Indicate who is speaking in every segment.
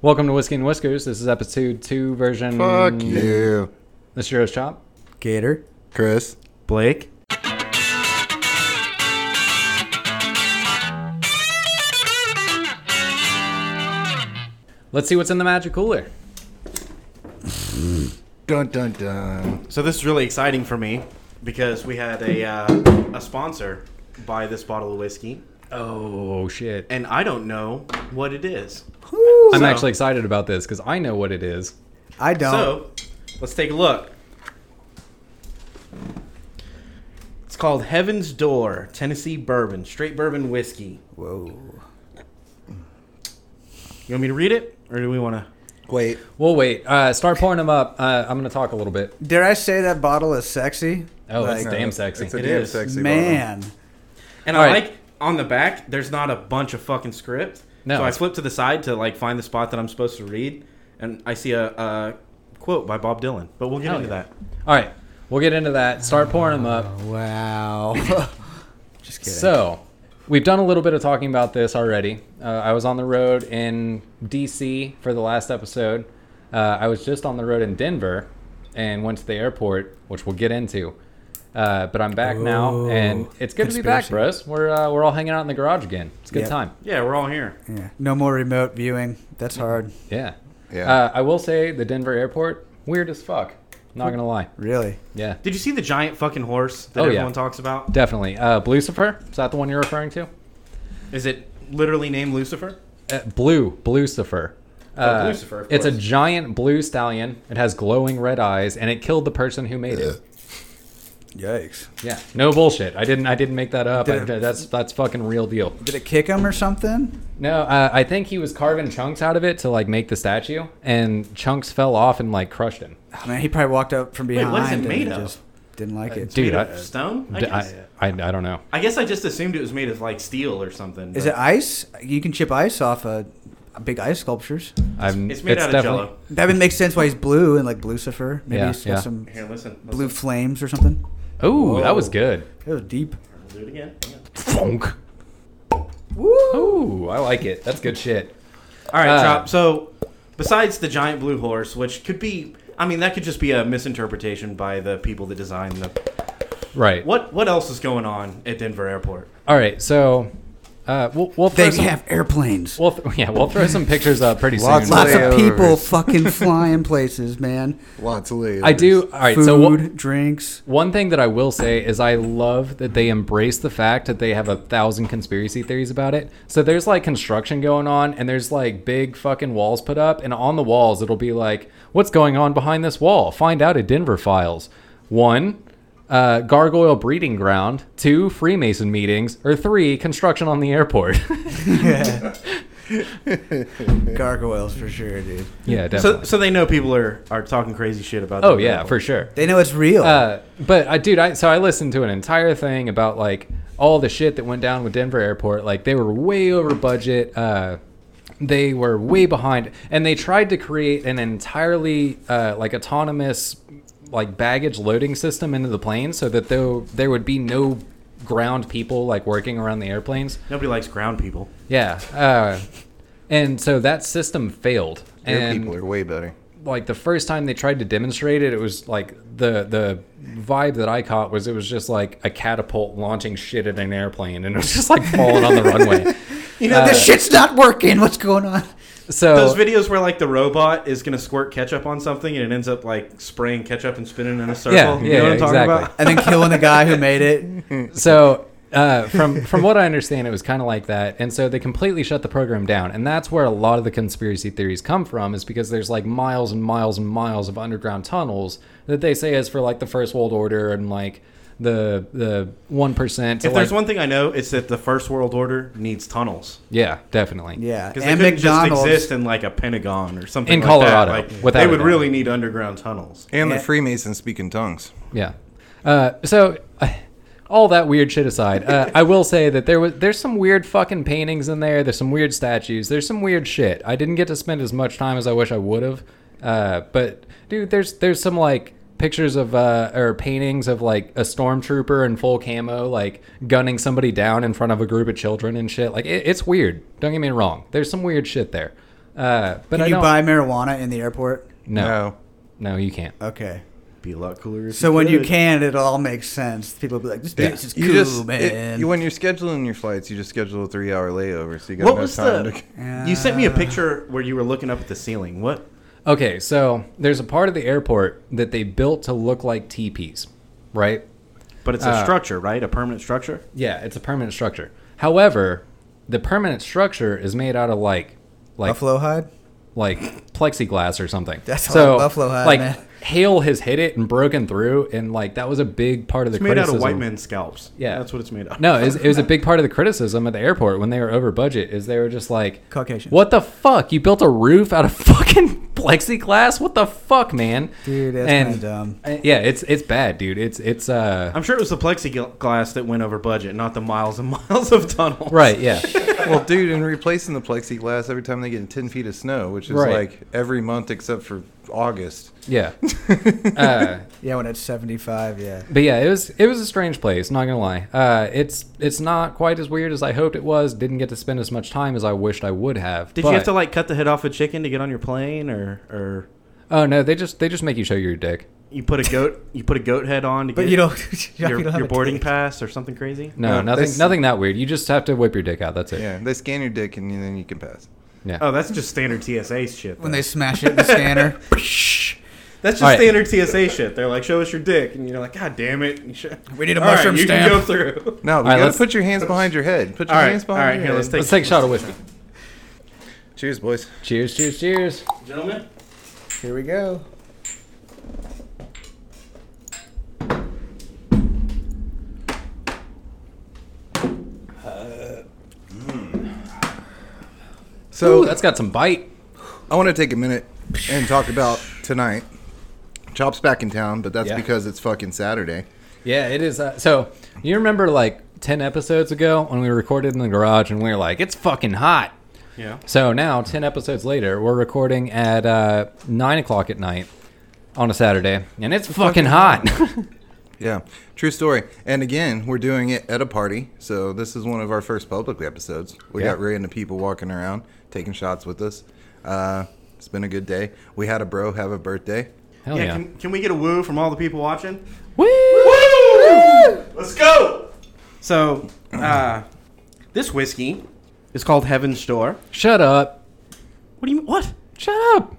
Speaker 1: Welcome to Whiskey and Whiskers. This is episode two, version.
Speaker 2: Fuck you,
Speaker 1: This is your host, Chop.
Speaker 3: Gator,
Speaker 2: Chris.
Speaker 3: Blake.
Speaker 1: Let's see what's in the magic cooler.
Speaker 2: Dun dun dun.
Speaker 4: So this is really exciting for me because we had a uh, a sponsor buy this bottle of whiskey,
Speaker 1: Oh shit!
Speaker 4: and I don't know what it is.
Speaker 1: I'm
Speaker 4: So-
Speaker 1: actually excited about this because I know what it is.
Speaker 3: I don't.
Speaker 4: So let's take a look. It's called Heaven's Door Tennessee Bourbon, straight bourbon whiskey.
Speaker 3: Whoa.
Speaker 4: You want me to read it, or do we want to?
Speaker 2: Wait,
Speaker 1: We'll wait. Uh, start pouring them up. Uh, I'm gonna talk a little bit.
Speaker 3: Dare I say that bottle is sexy?
Speaker 1: Oh, that's
Speaker 3: Like,
Speaker 1: damn sexy.
Speaker 2: It's a
Speaker 4: It
Speaker 2: damn
Speaker 4: is.
Speaker 2: sexy bottle.
Speaker 3: man.
Speaker 4: And
Speaker 1: All
Speaker 4: I
Speaker 1: right.
Speaker 4: like on the back. There's not a bunch of fucking script.
Speaker 1: No,
Speaker 4: So I
Speaker 1: it's-
Speaker 4: flip to the side to like find the spot that I'm supposed to read, and I see a, a quote by Bob Dylan. But we'll get
Speaker 1: Hell
Speaker 4: into
Speaker 1: yeah.
Speaker 4: that.
Speaker 1: All right, we'll get into that. Start pouring them up.
Speaker 3: Oh, Wow. Just kidding.
Speaker 1: So, we've done a little bit of talking about this already. Uh, I was on the road in DC for the last episode. Uh, I was just on the road in Denver and went to the airport, which we'll get into. Uh, but I'm back now,
Speaker 3: Ooh.
Speaker 1: and it's good to be back,
Speaker 3: Conspiracy.
Speaker 1: bros. We're uh, we're all hanging out in the garage again. It's a good
Speaker 3: Yeah.
Speaker 1: time.
Speaker 4: Yeah, we're all here.
Speaker 3: yeah. no more remote viewing. That's
Speaker 4: Mm-hmm.
Speaker 3: hard.
Speaker 1: Yeah.
Speaker 2: Yeah.
Speaker 1: Uh, I will say the Denver airport weird as fuck. Not gonna lie.
Speaker 3: Really.
Speaker 1: Yeah.
Speaker 4: Did you see the giant fucking horse that
Speaker 1: Oh, yeah.
Speaker 4: everyone talks about?
Speaker 1: Definitely. Uh, Lucifer? Is that the one you're referring to?
Speaker 4: Is it literally named Lucifer?
Speaker 1: Uh, blue, Blucifer. Uh,
Speaker 4: Oh, Blucifer, of
Speaker 1: it's a
Speaker 4: course.
Speaker 1: giant blue stallion. It has glowing red eyes, and it killed the person who made it.
Speaker 3: Yikes.
Speaker 1: Yeah, no bullshit. I didn't. I didn't make that up.
Speaker 3: Did
Speaker 1: I-
Speaker 3: it-
Speaker 1: that's that's fucking real deal.
Speaker 3: Did it kick him or something?
Speaker 1: No, uh, I think he was carving chunks out of it to like make the statue, and chunks fell off and like crushed him.
Speaker 3: Oh, man, he probably walked up from behind.
Speaker 4: what is it
Speaker 3: and
Speaker 4: made of?
Speaker 3: Just didn't like it.
Speaker 1: Uh, Dude,
Speaker 4: made
Speaker 1: I-
Speaker 4: of stone. I
Speaker 1: D-
Speaker 4: guess.
Speaker 1: I, I, I don't know.
Speaker 4: I guess I just assumed it was made of like steel or something.
Speaker 3: Is
Speaker 4: but
Speaker 3: it ice? You can chip ice off of big ice sculptures.
Speaker 1: I'm,
Speaker 4: It's made out of
Speaker 1: definitely-
Speaker 4: jello.
Speaker 3: That would make sense why he's blue and like Lucifer. Maybe
Speaker 1: Yeah,
Speaker 3: he's got
Speaker 1: yeah.
Speaker 3: some
Speaker 4: Here, listen. listen.
Speaker 3: blue flames or something.
Speaker 1: Ooh, that
Speaker 3: Whoa.
Speaker 1: was good.
Speaker 3: It was deep.
Speaker 4: I'll Do it again. Hang on.
Speaker 1: Funk. Ooh, I like it. That's good shit.
Speaker 4: All right,
Speaker 1: Uh,
Speaker 4: Chop. So, besides the giant blue horse, which could be, I mean, that could just be a misinterpretation by the people that designed the.
Speaker 1: Right.
Speaker 4: What What else is going on at Denver Airport?
Speaker 1: All right. So, uh, we'll, we'll throw
Speaker 3: They
Speaker 1: some-
Speaker 3: have airplanes.
Speaker 1: We'll th- yeah, we'll throw some pictures up pretty soon.
Speaker 2: Lots of
Speaker 3: Lots of people
Speaker 2: Layovers.
Speaker 3: fucking flying places, man.
Speaker 2: Lots of layers.
Speaker 1: I do. All right.
Speaker 3: Food,
Speaker 1: So what,
Speaker 3: drinks.
Speaker 1: one thing that I will say is I love that they embrace the fact that they have a thousand conspiracy theories about it. So there's like construction going on, and there's like big fucking walls put up, and on the walls it'll be like, "What's going on behind this wall? Find out at Denver Files." One. Uh, gargoyle breeding ground, two Freemason meetings, or three construction on the airport.
Speaker 3: Gargoyles for sure, dude.
Speaker 1: yeah,
Speaker 4: So,
Speaker 1: definitely.
Speaker 4: so they know people are, are talking crazy shit about.
Speaker 1: oh
Speaker 4: Denver
Speaker 1: yeah,
Speaker 4: Airport.
Speaker 1: for sure.
Speaker 3: They know it's real.
Speaker 1: Uh, but I, dude, I so I listened to an entire thing about like all the shit that went down with Denver Airport. Like they were way over budget. Uh, they were way behind, and they tried to create an entirely uh, like autonomous like baggage loading system into the plane so that though there would be no ground people like working around the airplanes.
Speaker 4: Nobody likes ground people.
Speaker 1: Yeah. Uh, and so that system failed.
Speaker 2: Your
Speaker 1: and
Speaker 2: people are way better.
Speaker 1: like the first time they tried to demonstrate it, it was like the the vibe that I caught was it was just like a catapult launching shit at an airplane, and it was just like falling on the runway.
Speaker 3: you know, this shit's not working. What's going on?
Speaker 1: So
Speaker 4: Those videos where like the robot is gonna squirt ketchup on something and it ends up like spraying ketchup and spinning in a circle.
Speaker 1: Yeah,
Speaker 4: you
Speaker 1: yeah,
Speaker 4: know what I'm
Speaker 1: yeah,
Speaker 4: talking
Speaker 1: exactly.
Speaker 4: about?
Speaker 3: And then killing the guy who made it.
Speaker 1: so uh, from from what I understand, it was kind of like that, and so they completely shut the program down, and that's where a lot of the conspiracy theories come from, is because there's like miles and miles and miles of underground tunnels that they say is for like the First World Order and like the the one percent.
Speaker 4: If there's one thing I know, it's that the First World Order needs tunnels
Speaker 1: yeah, definitely,
Speaker 3: Yeah.
Speaker 4: because they
Speaker 3: And
Speaker 4: couldn't
Speaker 3: McDonald's.
Speaker 4: just exist in like a Pentagon or something
Speaker 1: In
Speaker 4: like
Speaker 1: Colorado,
Speaker 4: That. Like,
Speaker 1: without
Speaker 4: they
Speaker 1: a
Speaker 4: would
Speaker 1: doubt.
Speaker 4: really need underground tunnels.
Speaker 2: And
Speaker 3: Yeah.
Speaker 2: the Freemasons speak in tongues.
Speaker 1: Yeah. Uh, so, uh, all that weird shit aside, uh, I will say that there was there's some weird fucking paintings in there. There's some weird statues. There's some weird shit. I didn't get to spend as much time as I wish I would have. Uh, but dude, there's there's some like pictures of uh, or paintings of like a stormtrooper in full camo like gunning somebody down in front of a group of children and shit. Like it, it's weird. Don't get me wrong. There's some weird shit there. Uh, but
Speaker 3: Can
Speaker 1: I
Speaker 3: you
Speaker 1: don't.
Speaker 3: buy marijuana in the airport?
Speaker 1: no, no, you can't.
Speaker 3: Okay.
Speaker 4: Be a lot cooler. If
Speaker 3: So when you
Speaker 4: could.
Speaker 3: can, it all makes sense. People be like, "This
Speaker 2: Yeah.
Speaker 3: place is
Speaker 2: You
Speaker 3: cool,
Speaker 2: just- it-
Speaker 3: man."
Speaker 2: you- when you're scheduling your flights, you just schedule a three-hour layover, so you got
Speaker 4: What
Speaker 2: enough
Speaker 4: was
Speaker 2: time
Speaker 4: the?
Speaker 2: to.
Speaker 4: You sent me a picture where you were looking up at the ceiling. What?
Speaker 1: Okay, so there's a part of the airport that they built to look like teepees, right?
Speaker 4: But it's a
Speaker 1: Uh,
Speaker 4: structure, right? A permanent structure.
Speaker 1: Yeah, it's a permanent structure. However, the permanent structure is made out of like like
Speaker 3: Buffalo hide.
Speaker 1: like plexiglass or something.
Speaker 3: That's
Speaker 1: so
Speaker 3: all Buffalo had,
Speaker 1: like
Speaker 3: man.
Speaker 1: hail has hit it and broken through, and like that was a big part of the
Speaker 4: It's made out of
Speaker 1: criticism.
Speaker 4: white men's scalps.
Speaker 1: Yeah.
Speaker 4: that's what it's made out. of.
Speaker 1: No, it was, it was a big part of the criticism at the airport when they were over budget. Is they were just like
Speaker 3: Caucasian.
Speaker 1: What the fuck? You built a roof out of fucking plexiglass? What the fuck, man?
Speaker 3: Dude, that's
Speaker 1: And-
Speaker 3: kinda dumb.
Speaker 1: uh, Yeah, it's it's bad, dude. It's it's uh
Speaker 4: I'm sure it was the plexiglass that went over budget, not the miles and miles of tunnel.
Speaker 1: right. Yeah,
Speaker 2: well, dude, and replacing the plexiglass every time they get 10 feet of snow, which is
Speaker 1: Right.
Speaker 2: like every month except for August.
Speaker 1: yeah. Uh,
Speaker 3: Yeah, when it's seventy-five. Yeah.
Speaker 1: but yeah, it was it was a strange place. Not gonna lie. Uh, it's it's not quite as weird as I hoped it was. Didn't get to spend as much time as I wished I would have.
Speaker 4: Did
Speaker 1: but-
Speaker 4: you have to like cut the head off a chicken to get on your plane, or or
Speaker 1: Oh no, they just they just make you show your dick.
Speaker 4: you put a goat you put a goat head on to
Speaker 3: But
Speaker 4: get
Speaker 3: you don't.
Speaker 4: your,
Speaker 3: you don't have
Speaker 4: your
Speaker 3: a
Speaker 4: boarding
Speaker 3: ticket.
Speaker 4: pass or something crazy?
Speaker 1: No,
Speaker 2: No,
Speaker 1: nothing
Speaker 2: this-
Speaker 1: nothing that weird. You just have to whip your dick out. That's it.
Speaker 2: Yeah, they scan your dick and then you can pass.
Speaker 1: Yeah.
Speaker 4: Oh, that's just standard TSA shit.
Speaker 3: When
Speaker 4: though.
Speaker 3: they smash it in the scanner.
Speaker 4: that's just
Speaker 1: All right.
Speaker 4: standard TSA shit. They're like, show us your dick, and you're like, God damn it! You should-
Speaker 3: We need a
Speaker 4: All right,
Speaker 3: mushroom
Speaker 4: you
Speaker 3: stamp.
Speaker 4: can go through.
Speaker 2: No, we
Speaker 1: right,
Speaker 2: gotta
Speaker 1: let's-
Speaker 2: put your hands behind your head. Put your
Speaker 4: All right,
Speaker 2: hands
Speaker 4: all
Speaker 2: behind
Speaker 4: right,
Speaker 2: your
Speaker 4: here,
Speaker 2: head.
Speaker 4: let's
Speaker 1: Let's take a shot of whiskey.
Speaker 2: Cheers, boys.
Speaker 1: Cheers! Cheers! Cheers!
Speaker 4: Gentlemen,
Speaker 3: Here we go.
Speaker 2: So
Speaker 1: Ooh, that's got some bite.
Speaker 2: I want to take a minute and talk about tonight. Chop's back in town, but that's
Speaker 1: Yeah.
Speaker 2: because it's fucking Saturday.
Speaker 1: Yeah, it is. Uh, so you remember like ten episodes ago when we recorded in the garage and we were like, "It's fucking hot."
Speaker 4: yeah.
Speaker 1: So now, ten episodes later, we're recording at uh, nine o'clock at night on a Saturday, and it's fucking hot.
Speaker 2: Yeah, true story. And again, we're doing it at a party, so this is one of our first public episodes. We
Speaker 1: Yeah.
Speaker 2: got random people walking around, taking shots with us. Uh, it's been a good day. We had a bro have a birthday.
Speaker 1: Hell
Speaker 4: yeah,
Speaker 1: yeah!
Speaker 4: Can, can we get a woo from all the people watching?
Speaker 1: Woo!
Speaker 4: Let's go. So, uh, this whiskey is called Heaven's Door.
Speaker 1: Shut up!
Speaker 4: What do you mean? What?
Speaker 1: Shut up!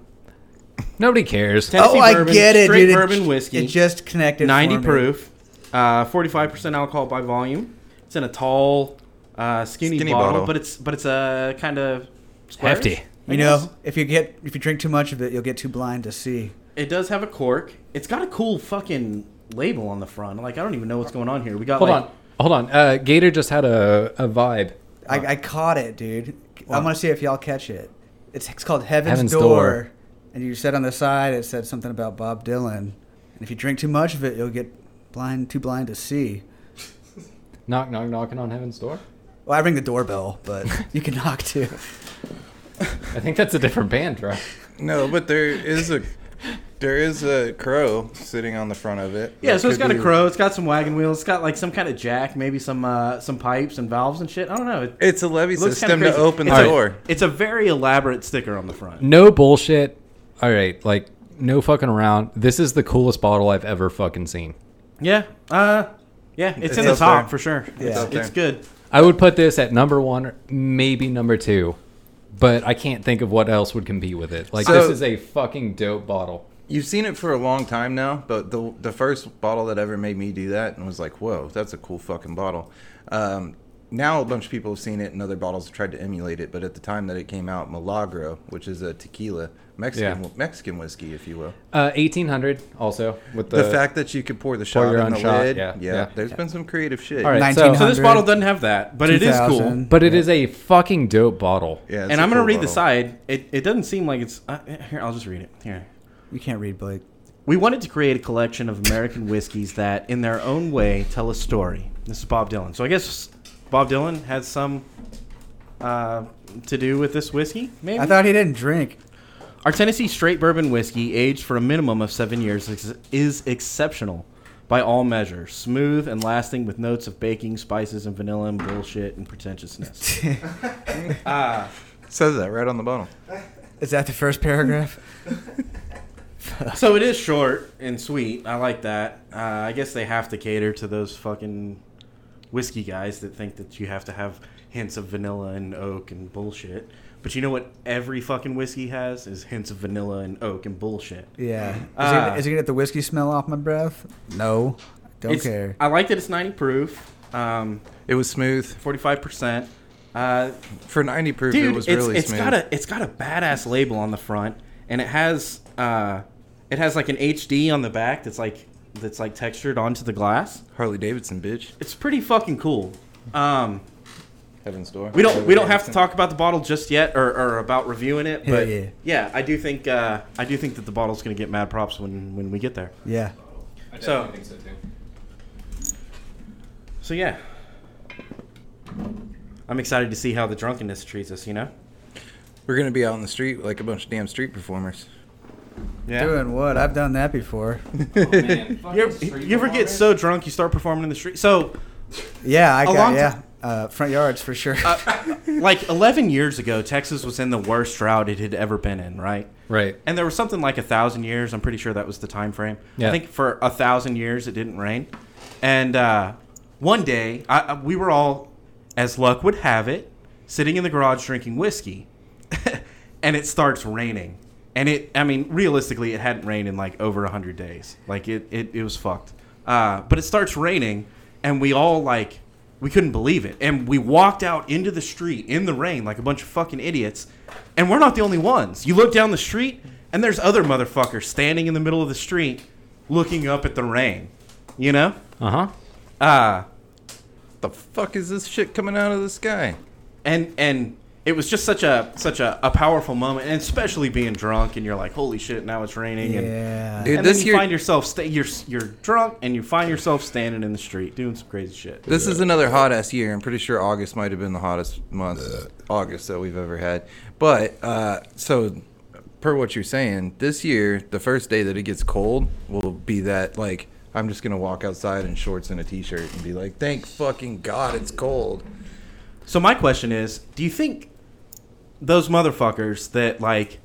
Speaker 1: Nobody cares. Uh,
Speaker 4: Tennessee
Speaker 3: oh, I
Speaker 4: bourbon,
Speaker 3: get it,
Speaker 4: straight
Speaker 3: dude. It
Speaker 4: bourbon
Speaker 3: j-
Speaker 4: whiskey.
Speaker 3: It just connected.
Speaker 4: 90
Speaker 3: for me.
Speaker 4: proof, uh, 45% alcohol by volume. It's in a tall, uh, skinny,
Speaker 2: Skinny
Speaker 4: bottle,
Speaker 2: bottle.
Speaker 4: but it's but it's a kind of squarish,
Speaker 1: Hefty.
Speaker 4: I
Speaker 3: You
Speaker 4: guess.
Speaker 3: know, if you get if you drink too much of it, you'll get too blind to see.
Speaker 4: It does have a cork. It's got a cool fucking label on the front. Like I don't even know what's going on here. We got
Speaker 1: Hold
Speaker 4: like
Speaker 1: on, hold on. Uh, Gator just had a, a vibe.
Speaker 3: I, I caught it, dude. I want to see if y'all catch it. It's, it's called Heaven's,
Speaker 1: Heaven's
Speaker 3: Door.
Speaker 1: Door.
Speaker 3: And you said on the side, it said something about Bob Dylan. And if you drink too much of it, you'll get blind, too blind to see.
Speaker 1: Knock, knock, knocking on heaven's door.
Speaker 3: Well, I ring the doorbell, but you can knock too.
Speaker 1: I think that's a different band, right?
Speaker 2: No, but there is a there is a crow sitting on the front of it.
Speaker 4: yeah. So it's
Speaker 2: Could
Speaker 4: got a
Speaker 2: be-
Speaker 4: crow. It's got some wagon wheels. It's got like some kind of jack, maybe some uh, some pipes and valves and shit. I don't know. It,
Speaker 2: It's a levy
Speaker 4: it looks
Speaker 2: system
Speaker 4: kind of
Speaker 2: to open the
Speaker 4: it's a,
Speaker 2: door.
Speaker 4: It's a very elaborate sticker on the front.
Speaker 1: No bullshit. All right, like no fucking around. This is the coolest bottle I've ever fucking seen.
Speaker 4: Yeah. Uh. Yeah. It's, in
Speaker 2: It's
Speaker 4: the
Speaker 2: up
Speaker 4: top
Speaker 2: there.
Speaker 4: for sure.
Speaker 3: up
Speaker 4: It's,
Speaker 2: there.
Speaker 4: it's good.
Speaker 1: I would put this at number one, maybe number two, but I can't think of what else would compete with it. Like
Speaker 2: So-
Speaker 1: this is a fucking dope bottle.
Speaker 2: You've seen it for a long time now, but the the first bottle that ever made me do that and was like, "Whoa, that's a cool fucking bottle." Um, now a bunch of people have seen it, and other bottles have tried to emulate it. But at the time that it came out, Milagro, which is a tequila Mexican
Speaker 1: Yeah.
Speaker 2: Mexican whiskey, if you will,
Speaker 1: Uh, eighteen hundred also with the,
Speaker 2: the, fact that you could pour the shot
Speaker 1: your
Speaker 2: in
Speaker 1: own
Speaker 2: the
Speaker 1: shot,
Speaker 2: lid,
Speaker 1: yeah,
Speaker 2: yeah,
Speaker 1: yeah.
Speaker 2: there's been some creative shit.
Speaker 1: All right, so,
Speaker 4: So this
Speaker 3: 100,
Speaker 4: bottle doesn't have that, but it is cool.
Speaker 3: 2000.
Speaker 1: but it is a fucking dope bottle.
Speaker 2: Yeah, it's
Speaker 4: and
Speaker 2: a
Speaker 4: I'm gonna
Speaker 2: cool
Speaker 4: read the
Speaker 2: bottle.
Speaker 4: side. It, it doesn't seem like it's uh, here. I'll just read it here.
Speaker 3: You can't read, Blake.
Speaker 4: We wanted to create a collection of American whiskeys that, in their own way, tell a story. This is Bob Dylan. So I guess Bob Dylan has some uh, to do with this whiskey. Maybe
Speaker 3: I thought he didn't drink.
Speaker 4: our Tennessee straight bourbon whiskey, aged for a minimum of seven years, is, is exceptional by all measures. Smooth and lasting, with notes of baking, spices, and vanilla, and bullshit and pretentiousness.
Speaker 2: It says that right on the bottle.
Speaker 3: Is that the first paragraph?
Speaker 4: So it is short and sweet. I like that. Uh, I guess they have to cater to those fucking whiskey guys that think that you have to have hints of vanilla and oak and bullshit. But you know what every fucking whiskey has is hints of vanilla and oak and bullshit.
Speaker 3: Yeah. Is,
Speaker 4: Ah.
Speaker 3: it, is it gonna get the whiskey smell off my breath? No. Don't
Speaker 4: It's-
Speaker 3: care.
Speaker 4: I like that it's 90 proof, um,
Speaker 2: It was smooth
Speaker 4: 45%. Uh,
Speaker 2: for 90 proof.
Speaker 4: dude,
Speaker 2: it was
Speaker 4: it's,
Speaker 2: really
Speaker 4: it's
Speaker 2: smooth.
Speaker 4: got a it's got a badass label on the front, and it has uh, it has like an HD on the back that's like that's like textured onto the glass.
Speaker 2: Harley Davidson, bitch.
Speaker 4: It's pretty fucking cool. Um,
Speaker 2: Heaven's door.
Speaker 4: we don't we don't have to talk about the bottle just yet, or, or about reviewing it.
Speaker 3: Hell
Speaker 4: But
Speaker 3: yeah.
Speaker 4: yeah. I do think uh, I do think that the bottle's gonna get mad props when when we get there.
Speaker 3: Yeah.
Speaker 4: so- think So yeah, I'm excited to see how the drunkenness treats us. You know.
Speaker 2: We're gonna be out in the street like a bunch of damn street performers.
Speaker 4: Yeah.
Speaker 3: Doing what? I've done that before.
Speaker 4: Oh, You ever, you ever get so drunk you start performing in the street? So,
Speaker 3: Yeah, I got
Speaker 4: long
Speaker 3: yeah.
Speaker 4: time-
Speaker 3: Uh, front yards for sure.
Speaker 4: like 11 years ago, Texas was in the worst drought it had ever been in, right?
Speaker 1: Right.
Speaker 4: And there was something like a thousand years. I'm pretty sure that was the time frame. I
Speaker 1: Yeah.
Speaker 4: think for a thousand years it didn't rain. And uh, one day, I, I- we were all, as luck would have it, sitting in the garage drinking whiskey, and it starts raining. And it, I mean, realistically, it hadn't rained in like over a hundred days. Like it, it, it was fucked. Uh, but it starts raining, and we all like, we couldn't believe it, and we walked out into the street in the rain like a bunch of fucking idiots. And we're not the only ones. You look down the street, and there's other motherfuckers standing in the middle of the street looking up at the rain. You know?
Speaker 1: Uh huh.
Speaker 4: Uh
Speaker 2: The fuck is this shit coming out of the sky?
Speaker 4: and and it was just such a such a, a powerful moment, and especially being drunk and you're like, holy shit, now it's raining and
Speaker 3: yeah.
Speaker 2: Dude,
Speaker 4: and
Speaker 2: this
Speaker 4: then you
Speaker 2: year-
Speaker 4: find yourself sta- you're you're drunk and you find yourself standing in the street doing some crazy shit.
Speaker 2: This is another hot ass year. I'm pretty sure August might have been the hottest month, August that we've ever had. But uh, so, per what you're saying, this year the first day that it gets cold will be that like I'm just gonna walk outside in shorts and a t-shirt and be like, thank fucking god it's cold.
Speaker 4: So my question is, do you think those motherfuckers that like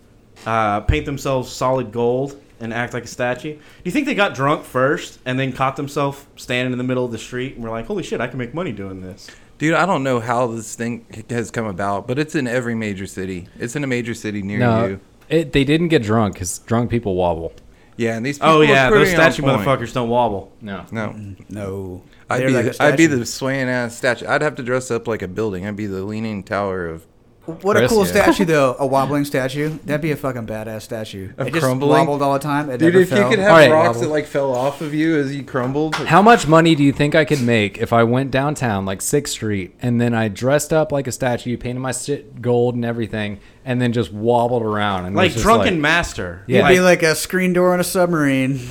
Speaker 4: uh, paint themselves solid gold and act like a statue, do you think they got drunk first and then caught themselves standing in the middle of the street and were like, "Holy shit, I can make money doing this."
Speaker 2: Dude, I don't know how this thing has come about, but it's in every major city. It's in a major city near
Speaker 1: No,
Speaker 2: you.
Speaker 1: it, they didn't get drunk because drunk people wobble.
Speaker 2: Yeah, and these people
Speaker 4: Oh
Speaker 2: are
Speaker 4: yeah,
Speaker 2: pretty
Speaker 4: those
Speaker 2: on
Speaker 4: statue
Speaker 2: point.
Speaker 4: motherfuckers don't wobble.
Speaker 1: No.
Speaker 2: No,
Speaker 3: no.
Speaker 2: I'd
Speaker 3: They're
Speaker 2: be,
Speaker 3: like a
Speaker 2: the, I'd be
Speaker 3: statue.
Speaker 2: the swaying ass statue. I'd have to dress up like a building. I'd be the leaning tower of
Speaker 3: What a
Speaker 1: Chris,
Speaker 3: cool
Speaker 1: yeah.
Speaker 3: statue, though. A wobbling statue. That'd be a fucking badass statue.
Speaker 2: Of
Speaker 3: it just
Speaker 2: crumbling?
Speaker 3: wobbled all the time. It
Speaker 2: Dude,
Speaker 3: never
Speaker 2: if you
Speaker 3: fell.
Speaker 2: could have
Speaker 1: All right.
Speaker 2: rocks that like fell off of you as you crumbled,
Speaker 1: How much money do you think I could make if I went downtown, like Sixth Street, and then I dressed up like a statue, painted my shit gold and everything, and then just wobbled around and was
Speaker 4: Like
Speaker 1: just
Speaker 4: drunken master.
Speaker 1: Yeah.
Speaker 3: It'd be like a screen door on a submarine.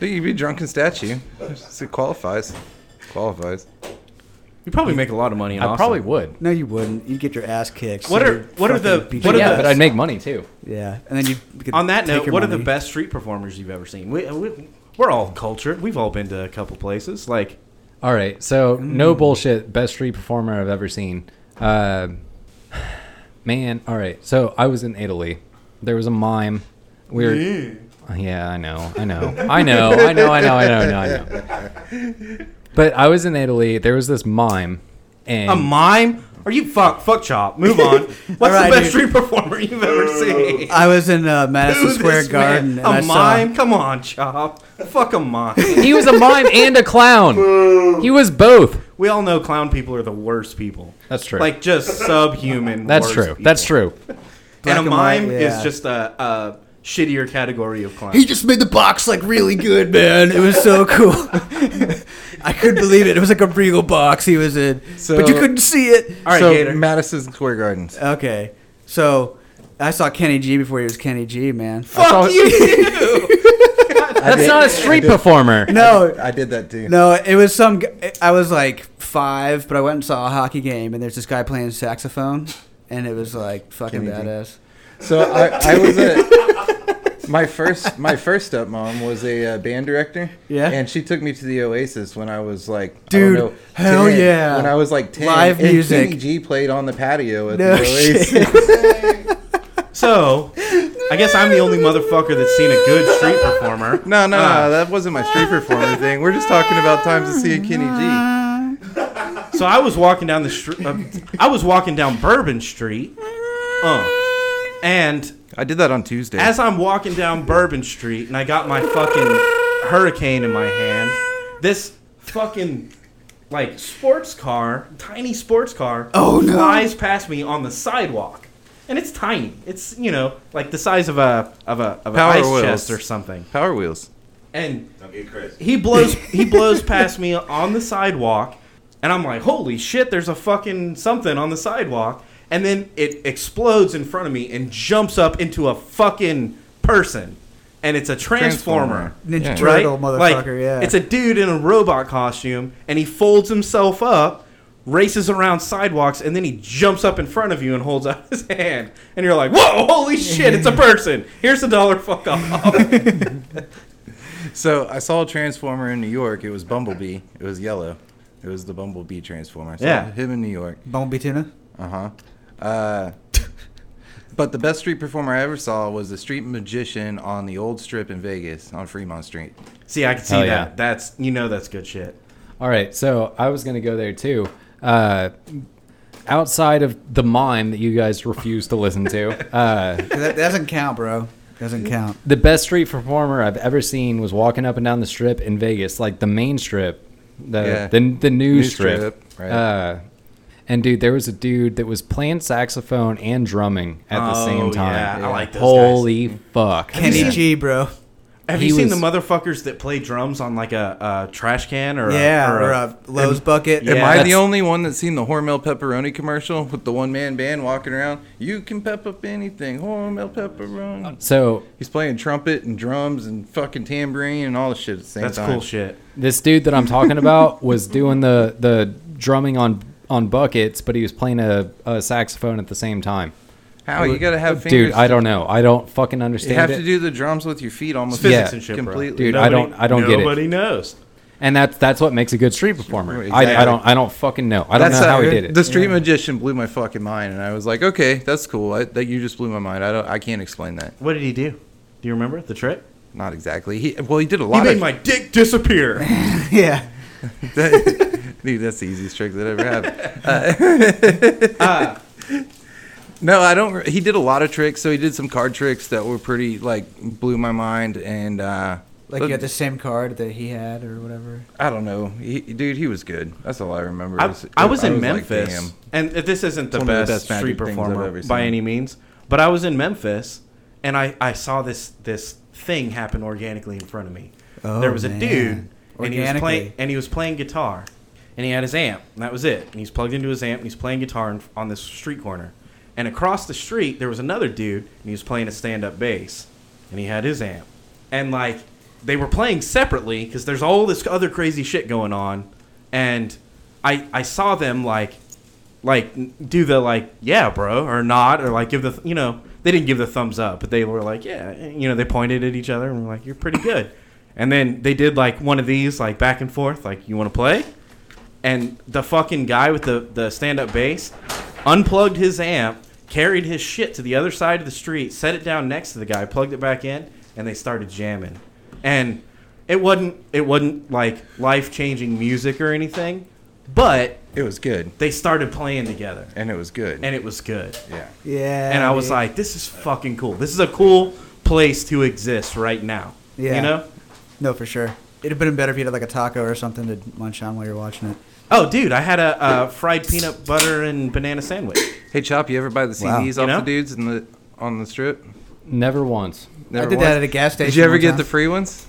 Speaker 2: dude, you'd be a drunken statue. So it qualifies. Qualifies.
Speaker 4: you probably make a lot of money. In
Speaker 1: I
Speaker 4: Austin.
Speaker 1: probably would.
Speaker 3: no, you wouldn't. You'd get your ass kicked.
Speaker 4: What
Speaker 3: so
Speaker 4: are-
Speaker 3: you'd
Speaker 4: what are the-
Speaker 3: fucking beat
Speaker 4: what
Speaker 3: your
Speaker 4: are
Speaker 1: Yeah,
Speaker 4: the-
Speaker 3: ass.
Speaker 1: but I'd make money too.
Speaker 3: yeah, and then you could
Speaker 4: On that
Speaker 3: take
Speaker 4: note,
Speaker 3: your
Speaker 4: what are the
Speaker 3: money.
Speaker 4: best street performers you've ever seen? We, we, we're all cultured. We've all been to a couple places. Like
Speaker 1: All right, so
Speaker 4: Mm.
Speaker 1: no bullshit, best street performer I've ever seen. Uh, man, all right. So I was in Italy. There was a mime. We were, yeah, I know, I know, I know, I know, I know, I know, I know, I know. But I was in Italy. There was this mime, and
Speaker 4: a mime? Are you fuck fuck chop? Move on. What's
Speaker 3: right,
Speaker 4: the best
Speaker 3: dude.
Speaker 4: street performer you've ever seen?
Speaker 3: I was in uh, Madison
Speaker 4: Who
Speaker 3: Square
Speaker 4: this man?
Speaker 3: Garden.
Speaker 4: A
Speaker 3: and I
Speaker 4: mime?
Speaker 3: Saw,
Speaker 4: Come on, chop. Fuck a mime.
Speaker 1: he was a mime and a clown. he was both.
Speaker 4: we all know clown people are the worst people.
Speaker 1: That's true.
Speaker 4: Like just subhuman.
Speaker 1: That's
Speaker 4: worst
Speaker 1: true.
Speaker 4: people.
Speaker 1: That's true.
Speaker 4: And
Speaker 3: Black
Speaker 4: a
Speaker 3: and white,
Speaker 4: mime
Speaker 3: yeah.
Speaker 4: is just a, a shittier category of clown.
Speaker 3: he just made the box like really good, man. It was so cool. I couldn't believe it. It was like a regal box he was in,
Speaker 2: So-
Speaker 3: but you couldn't see it.
Speaker 4: All right,
Speaker 2: so
Speaker 4: Gator.
Speaker 2: Madison Square Gardens.
Speaker 3: Okay, so I saw Kenny G before he was Kenny G, man.
Speaker 4: Fuck you. too.
Speaker 1: That's not a street performer.
Speaker 3: No,
Speaker 2: Oh, I did that too.
Speaker 3: No, it was some. g- I was like five, but I went and saw a hockey game, and there's this guy playing saxophone, and it was like fucking
Speaker 2: Kenny G.
Speaker 3: badass.
Speaker 2: So I, I was a. My first, my first stepmom was a uh, band director.
Speaker 3: Yeah.
Speaker 2: and she took me to the Oasis when I was like, I
Speaker 3: Dude,
Speaker 2: don't know,
Speaker 3: hell
Speaker 2: 10.
Speaker 3: yeah.
Speaker 2: When I was like ten,
Speaker 3: Live
Speaker 2: and
Speaker 3: music.
Speaker 2: Kenny G played on the patio at
Speaker 3: No
Speaker 2: the Oasis.
Speaker 3: shit.
Speaker 4: So, I guess I'm the only motherfucker that's seen a good street performer.
Speaker 2: No, no,
Speaker 4: Ah.
Speaker 2: no. That wasn't my street performer thing. We're just talking about times to see a Kenny G.
Speaker 4: So I was walking down the street. Uh, I was walking down Bourbon Street, uh, and
Speaker 2: I did that on Tuesday.
Speaker 4: as I'm walking down Bourbon Street, and I got my fucking hurricane in my hand, this fucking like sports car, tiny sports car,
Speaker 3: Oh, no.
Speaker 4: flies past me on the sidewalk, and it's tiny. It's you know like the size of a of a of an
Speaker 2: Power
Speaker 4: ice
Speaker 2: wheels.
Speaker 4: chest or something,
Speaker 2: Power wheels.
Speaker 4: and
Speaker 5: Don't get Chris.
Speaker 4: he blows he blows past me on the sidewalk and i'm like holy shit there's a fucking something on the sidewalk and then it explodes in front of me and jumps up into a fucking person and it's a transformer,
Speaker 3: Ninja
Speaker 2: Yeah.
Speaker 3: Turtle.
Speaker 4: like,
Speaker 3: motherfucker, yeah.
Speaker 4: it's a dude in a robot costume and he folds himself up races around sidewalks and then he jumps up in front of you and holds out his hand and you're like whoa holy shit it's a person here's a dollar fuck off
Speaker 2: So I saw a transformer in New York. It was Bumblebee. It was yellow. It was the Bumblebee transformer. I saw
Speaker 4: Yeah.
Speaker 2: him in New York.
Speaker 3: Bumblebee tuna.
Speaker 2: Uh-huh. Uh But the best street performer I ever saw was the street magician on the old strip in Vegas on Fremont Street.
Speaker 4: see i can see
Speaker 1: Hell
Speaker 4: that
Speaker 1: yeah.
Speaker 4: that's you know that's good shit
Speaker 1: All right, so I was gonna go there too. Uh, outside of the mime that you guys refuse to listen to, uh,
Speaker 3: That doesn't count, bro. Doesn't count.
Speaker 1: the best street performer I've ever seen was walking up and down the strip in Vegas, like the main strip, the
Speaker 2: Yeah.
Speaker 1: the, the new,
Speaker 2: New
Speaker 1: strip.
Speaker 2: strip, right.
Speaker 1: Uh, and dude, there was a dude that was playing saxophone and drumming at the
Speaker 4: Oh,
Speaker 1: same time.
Speaker 4: yeah, I like those guys.
Speaker 1: Holy fuck!
Speaker 3: Kenny G, bro.
Speaker 4: Have
Speaker 1: He
Speaker 4: you seen
Speaker 1: was-
Speaker 4: the motherfuckers that play drums on like a, a trash can or
Speaker 3: yeah,
Speaker 4: a,
Speaker 3: or a Lowe's bucket.
Speaker 4: Yeah,
Speaker 2: Am I
Speaker 1: that's-
Speaker 2: the only one that's seen the Hormel pepperoni commercial with the one man band walking around? You can pep up anything, Hormel pepperoni.
Speaker 1: So
Speaker 2: He's playing trumpet and drums and fucking tambourine and all the shit at the same
Speaker 4: that's
Speaker 2: time.
Speaker 4: cool shit?
Speaker 1: this dude that I'm talking about was doing the the drumming on on buckets, but he was playing a, a saxophone at the same time.
Speaker 2: How Oh, you gotta have fingers?
Speaker 1: Dude, I don't know. I don't fucking understand
Speaker 2: You have
Speaker 1: it.
Speaker 2: to do the drums with your feet almost
Speaker 1: It's physics
Speaker 2: yeah,
Speaker 1: and
Speaker 4: shit, bro.
Speaker 2: completely.
Speaker 1: Dude, I don't- I don't get it.
Speaker 4: Nobody knows.
Speaker 1: and that's that's what makes a good street performer. I, I
Speaker 2: Exactly.
Speaker 1: don't I don't fucking know. I don't know how he did it.
Speaker 2: The street magician blew my fucking mind, and I was like, okay, that's cool. I, that you just blew my mind. I don't. I can't explain that.
Speaker 4: What did he do? Do you remember the trick?
Speaker 2: Not exactly. He well, he did a
Speaker 4: He
Speaker 2: lot.
Speaker 4: made
Speaker 2: of,
Speaker 4: my dick disappear.
Speaker 3: yeah.
Speaker 2: dude, that's the easiest trick that I ever have.
Speaker 4: Ah.
Speaker 2: Uh, no, I don't. re- He did a lot of tricks. So he did some card tricks that were pretty like blew my mind, and uh,
Speaker 3: Like you got the same card that he had or whatever.
Speaker 2: I don't know, he, dude. He was good. That's all I remember.
Speaker 4: I, I was in
Speaker 2: like,
Speaker 4: Memphis,
Speaker 2: damn.
Speaker 4: and this isn't the
Speaker 2: It's one of the
Speaker 4: best,
Speaker 2: best magic
Speaker 4: street
Speaker 2: things I've
Speaker 4: performer
Speaker 2: ever
Speaker 4: by
Speaker 2: seen.
Speaker 4: any means, but I was in Memphis, and I, I saw this this thing happen organically in front of me.
Speaker 3: Oh,
Speaker 4: there was a
Speaker 3: man.
Speaker 4: dude, and he was playing
Speaker 3: Organically.
Speaker 4: and he was playing guitar, and he had his amp, and that was it. And he's plugged into his amp, and he's playing guitar in, on this street corner, and across the street there was another dude, and he was playing a stand up bass, and he had his amp, and like they were playing separately because there's all this other crazy shit going on, and I I saw them like like n- do the like yeah bro or not or like give the th- you know they didn't give the thumbs up but they were like yeah and, you know they pointed at each other and were like you're pretty good and then they did like one of these like back and forth like you want to play and the fucking guy with the the stand up bass unplugged his amp carried his shit to the other side of the street set it down next to the guy plugged it back in and they started jamming and it wasn't it wasn't like life changing music or anything but
Speaker 2: It was good,
Speaker 4: they started playing together
Speaker 2: and it was good.
Speaker 4: and it was good
Speaker 2: yeah.
Speaker 3: Yeah.
Speaker 4: and i was
Speaker 3: dude.
Speaker 4: like this is fucking cool this is a cool place to exist right now
Speaker 3: Yeah.
Speaker 4: you know
Speaker 3: no, for sure. It'd have been better if you had like a taco or something to munch on while you're watching it.
Speaker 4: oh dude i had a uh, fried peanut butter and banana sandwich
Speaker 2: Hey, Chop, you ever buy the
Speaker 3: Wow.
Speaker 2: CDs
Speaker 4: You
Speaker 2: off
Speaker 4: know?
Speaker 2: the dudes in the on the strip?
Speaker 1: Never once.
Speaker 2: Never
Speaker 3: I did
Speaker 2: once?
Speaker 3: that at a gas station.
Speaker 2: Did you ever
Speaker 3: one
Speaker 2: get
Speaker 3: time.
Speaker 2: the free ones?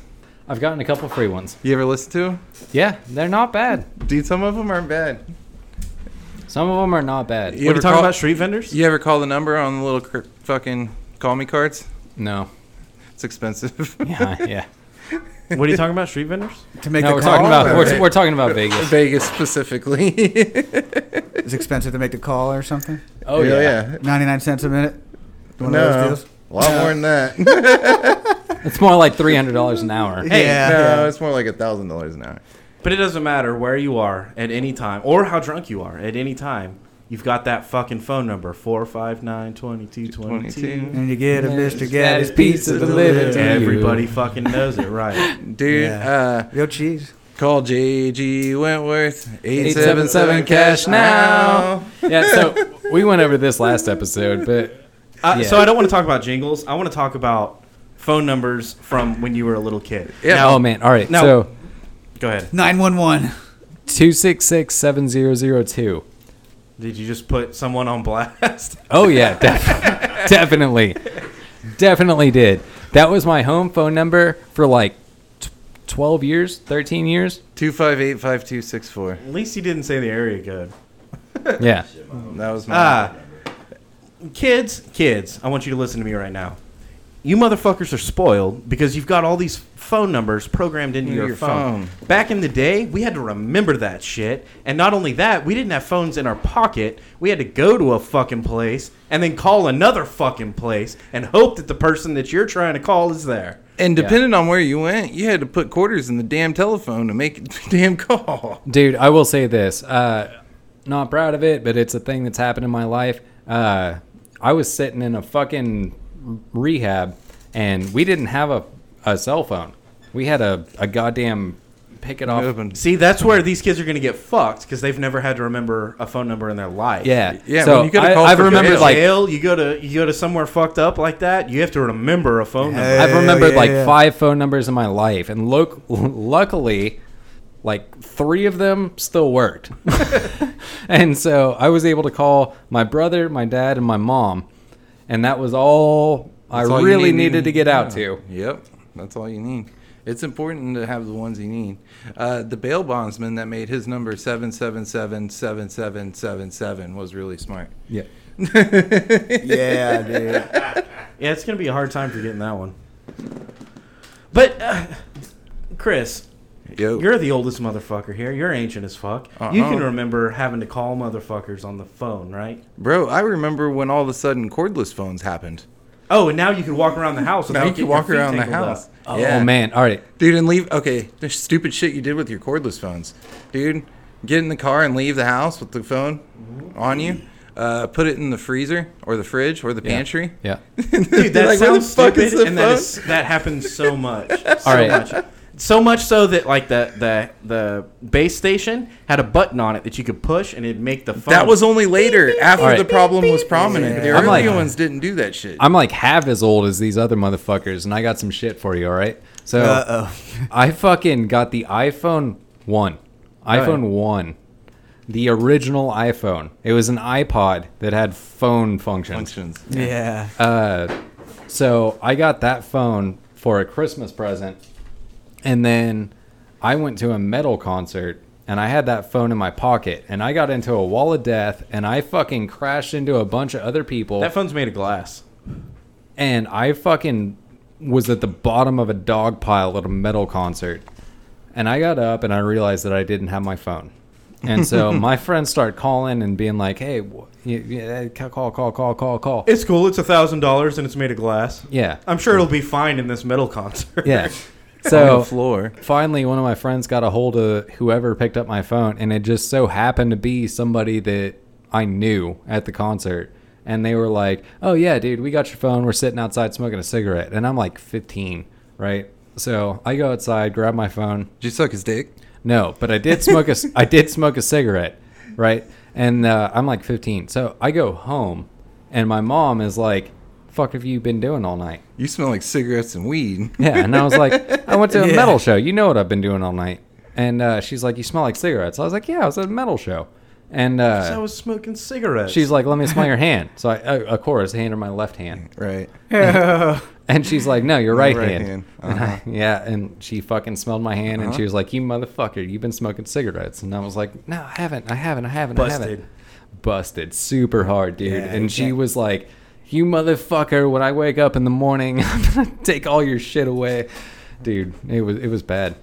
Speaker 1: I've gotten a couple free ones.
Speaker 2: You ever listen to them?
Speaker 1: Yeah, they're not bad.
Speaker 2: Dude, some of them aren't bad.
Speaker 1: Some of them are not bad.
Speaker 2: You
Speaker 4: what are
Speaker 2: ever
Speaker 4: you talking
Speaker 2: call-
Speaker 4: about street vendors
Speaker 2: You ever call the number on the little cr- fucking call me cards?
Speaker 1: No.
Speaker 2: It's expensive.
Speaker 1: Yeah, yeah.
Speaker 4: what are you talking about street vendors
Speaker 3: to make
Speaker 1: No,
Speaker 3: the
Speaker 1: we're
Speaker 3: call?
Speaker 1: talking about
Speaker 2: All
Speaker 1: we're,
Speaker 2: right.
Speaker 1: we're talking about Vegas.
Speaker 2: Vegas specifically.
Speaker 3: It's expensive to make the call or something.
Speaker 1: Oh yeah.
Speaker 3: Ninety nine cents a minute. One of
Speaker 2: No.
Speaker 3: those deals.
Speaker 2: A lot more than that. no,
Speaker 1: It's more like three hundred dollars an hour.
Speaker 4: Hey,
Speaker 3: yeah.
Speaker 2: it's more like a thousand dollars an hour.
Speaker 4: but it doesn't matter where you are at any time or how drunk you are at any time You've got that fucking phone number 459 2222.
Speaker 3: And you get a Mr. Gaddy's
Speaker 1: Gaddy's pizza
Speaker 3: pizza
Speaker 1: delivered
Speaker 3: delivered.
Speaker 1: to you.
Speaker 4: Everybody fucking knows it, right?
Speaker 2: Dude, uh,
Speaker 3: Real cheese.
Speaker 2: call JG Wentworth
Speaker 1: 877 cash now. yeah, so we went over this last episode, but
Speaker 4: Uh,
Speaker 1: Yeah.
Speaker 4: So I don't want to talk about jingles. I want to talk about phone numbers from when you were a little kid.
Speaker 2: Yeah.
Speaker 1: oh man, all right.
Speaker 4: No.
Speaker 1: So
Speaker 4: Go ahead.
Speaker 3: 911.
Speaker 1: two six six seven zero zero two.
Speaker 4: Did you just put someone on blast?
Speaker 1: Oh yeah, def- definitely, definitely did. That was my home phone number for like t- twelve years, thirteen years.
Speaker 2: 258 5264.
Speaker 4: At least you didn't say the area code.
Speaker 1: Yeah,
Speaker 2: That was my.
Speaker 4: Ah. Kids, kids, I want you to listen to me right now. You motherfuckers are spoiled because you've got all these phone numbers programmed into
Speaker 2: Into
Speaker 4: your,
Speaker 2: your
Speaker 4: phone. Back in the day, we had to remember that shit. And not only that, we didn't have phones in our pocket. We had to go to a fucking place and then call another fucking place and hope that the person that you're trying to call is there.
Speaker 2: and depending on where you went, you had to put quarters in the damn telephone to make the damn call.
Speaker 1: dude. I will say this. Uh, not proud of it, but it's a thing that's happened in my life. Uh, I was sitting in a fucking rehab, and we didn't have a, a cell phone. We had a, a goddamn pick
Speaker 4: Oh.
Speaker 1: it off
Speaker 2: Open.
Speaker 4: See, that's where these kids are going to get fucked because they've never had to remember a phone number in their life.
Speaker 1: Yeah,
Speaker 2: Yeah,
Speaker 1: So
Speaker 2: when you gotta
Speaker 1: I,
Speaker 2: call
Speaker 1: I've
Speaker 2: for
Speaker 1: remembered
Speaker 2: jail.
Speaker 1: like
Speaker 4: jail, you go to you go to somewhere fucked up like that, you have to remember a phone number.
Speaker 1: I've
Speaker 3: Hell
Speaker 1: remembered
Speaker 3: yeah,
Speaker 1: like
Speaker 3: yeah.
Speaker 1: five phone numbers in my life, and lo- luckily, like three of them still worked. and so I was able to call my brother, my dad, and my mom, and that was all
Speaker 2: That's
Speaker 1: I
Speaker 2: all you
Speaker 1: really
Speaker 2: need.
Speaker 1: needed to get out to.
Speaker 2: Yep, that's all you need. It's important to have the ones you need. Uh, the bail bondsman that made his number seven seven seven seven seven seven seven was really smart.
Speaker 1: Yeah.
Speaker 3: yeah, dude.
Speaker 4: Yeah, it's gonna be a hard time for getting that one. But uh, Chris,
Speaker 3: Oh.
Speaker 2: Yo,
Speaker 4: you're the oldest motherfucker here. You're ancient as fuck. You
Speaker 2: Uh-huh.
Speaker 4: can remember having to call motherfuckers on the phone, right?
Speaker 2: bro, I remember when all of a sudden cordless phones happened.
Speaker 4: Oh, and now you can walk around the house.
Speaker 2: Now
Speaker 4: without
Speaker 2: you can
Speaker 4: getting
Speaker 2: walk
Speaker 4: your feet
Speaker 2: around the
Speaker 4: tangled
Speaker 2: house.
Speaker 4: up.
Speaker 1: Oh man! All right.
Speaker 2: dude, and leave. Okay, the stupid shit you did with your cordless phones, dude. Get in the car and leave the house with the phone on you. Uh, put it in the freezer or the fridge or the
Speaker 1: Yeah.
Speaker 2: pantry.
Speaker 1: Yeah.
Speaker 4: Dude, that
Speaker 2: Like, where the
Speaker 4: sounds
Speaker 2: fuck is
Speaker 4: stupid,
Speaker 2: the
Speaker 4: and that
Speaker 2: phone?
Speaker 4: is that happens so much. so
Speaker 1: All right.
Speaker 4: much. So much so that like the the the base station had a button on it that you could push and it'd make the phone.
Speaker 2: That was only later after
Speaker 1: All right.
Speaker 2: the problem was prominent. The
Speaker 3: Yeah.
Speaker 1: I'm like-
Speaker 2: earlier ones didn't do that shit.
Speaker 1: I'm like half as old as these other motherfuckers, and I got some shit for you. All right. So
Speaker 3: Uh-oh.
Speaker 1: I fucking got the iPhone one, iPhone one, the original iPhone. It was an iPod that had phone functions.
Speaker 2: Functions.
Speaker 3: Yeah.
Speaker 4: Uh,
Speaker 1: So I got that phone for a Christmas present, and then I went to a metal concert. And I had that phone in my pocket, and I got into a wall of death, and I fucking crashed into a bunch of other people.
Speaker 4: that phone's made of glass.
Speaker 1: and I fucking was at the bottom of a dog pile at a metal concert. And I got up and I realized that I didn't have my phone. And so my friends start calling and being like, "Hey, wh- yeah, yeah, ca- call, call, call, call, call."
Speaker 4: It's cool. It's a thousand dollars and it's made of glass.
Speaker 1: Yeah,
Speaker 4: I'm sure it'll be fine in this metal concert.
Speaker 1: yeah.
Speaker 2: On the
Speaker 1: So
Speaker 2: floor.
Speaker 1: finally, one of my friends got a hold of whoever picked up my phone, and it just so happened to be somebody that I knew at the concert. And they were like, "Oh yeah, dude, we got your phone. We're sitting outside smoking a cigarette." And I'm like 15, right? So I go outside, grab my phone.
Speaker 2: Did you suck his dick?
Speaker 1: No, but I did smoke a c- I did smoke a cigarette, right? And uh, I'm like 15, so I go home, and my mom is like, "Fuck, have you been doing all night?"
Speaker 2: You smell like cigarettes and weed.
Speaker 1: Yeah, and I was like, I went to a
Speaker 3: Yeah.
Speaker 1: metal show. You know what I've been doing all night. And uh, she's like, you smell like cigarettes. I was like, yeah, I was at a metal show. And
Speaker 4: I
Speaker 1: uh,
Speaker 4: was smoking cigarettes.
Speaker 1: she's like, let me smell your hand. So I, uh, of course, hand her my left hand.
Speaker 2: Right.
Speaker 1: And she's like, no, your right,
Speaker 2: right
Speaker 1: hand.
Speaker 2: hand.
Speaker 1: And
Speaker 4: Uh-huh.
Speaker 1: I- yeah, and she fucking smelled my hand and she was like, you motherfucker, you've been smoking cigarettes. And I was like, no, I haven't. I haven't. I haven't. I
Speaker 4: Busted.
Speaker 1: haven't. Busted super hard, dude.
Speaker 3: Yeah, you
Speaker 1: and she
Speaker 3: can't-
Speaker 1: was like, you motherfucker, when I wake up in the morning, I'm going to take all your shit away. Dude, it was it was bad.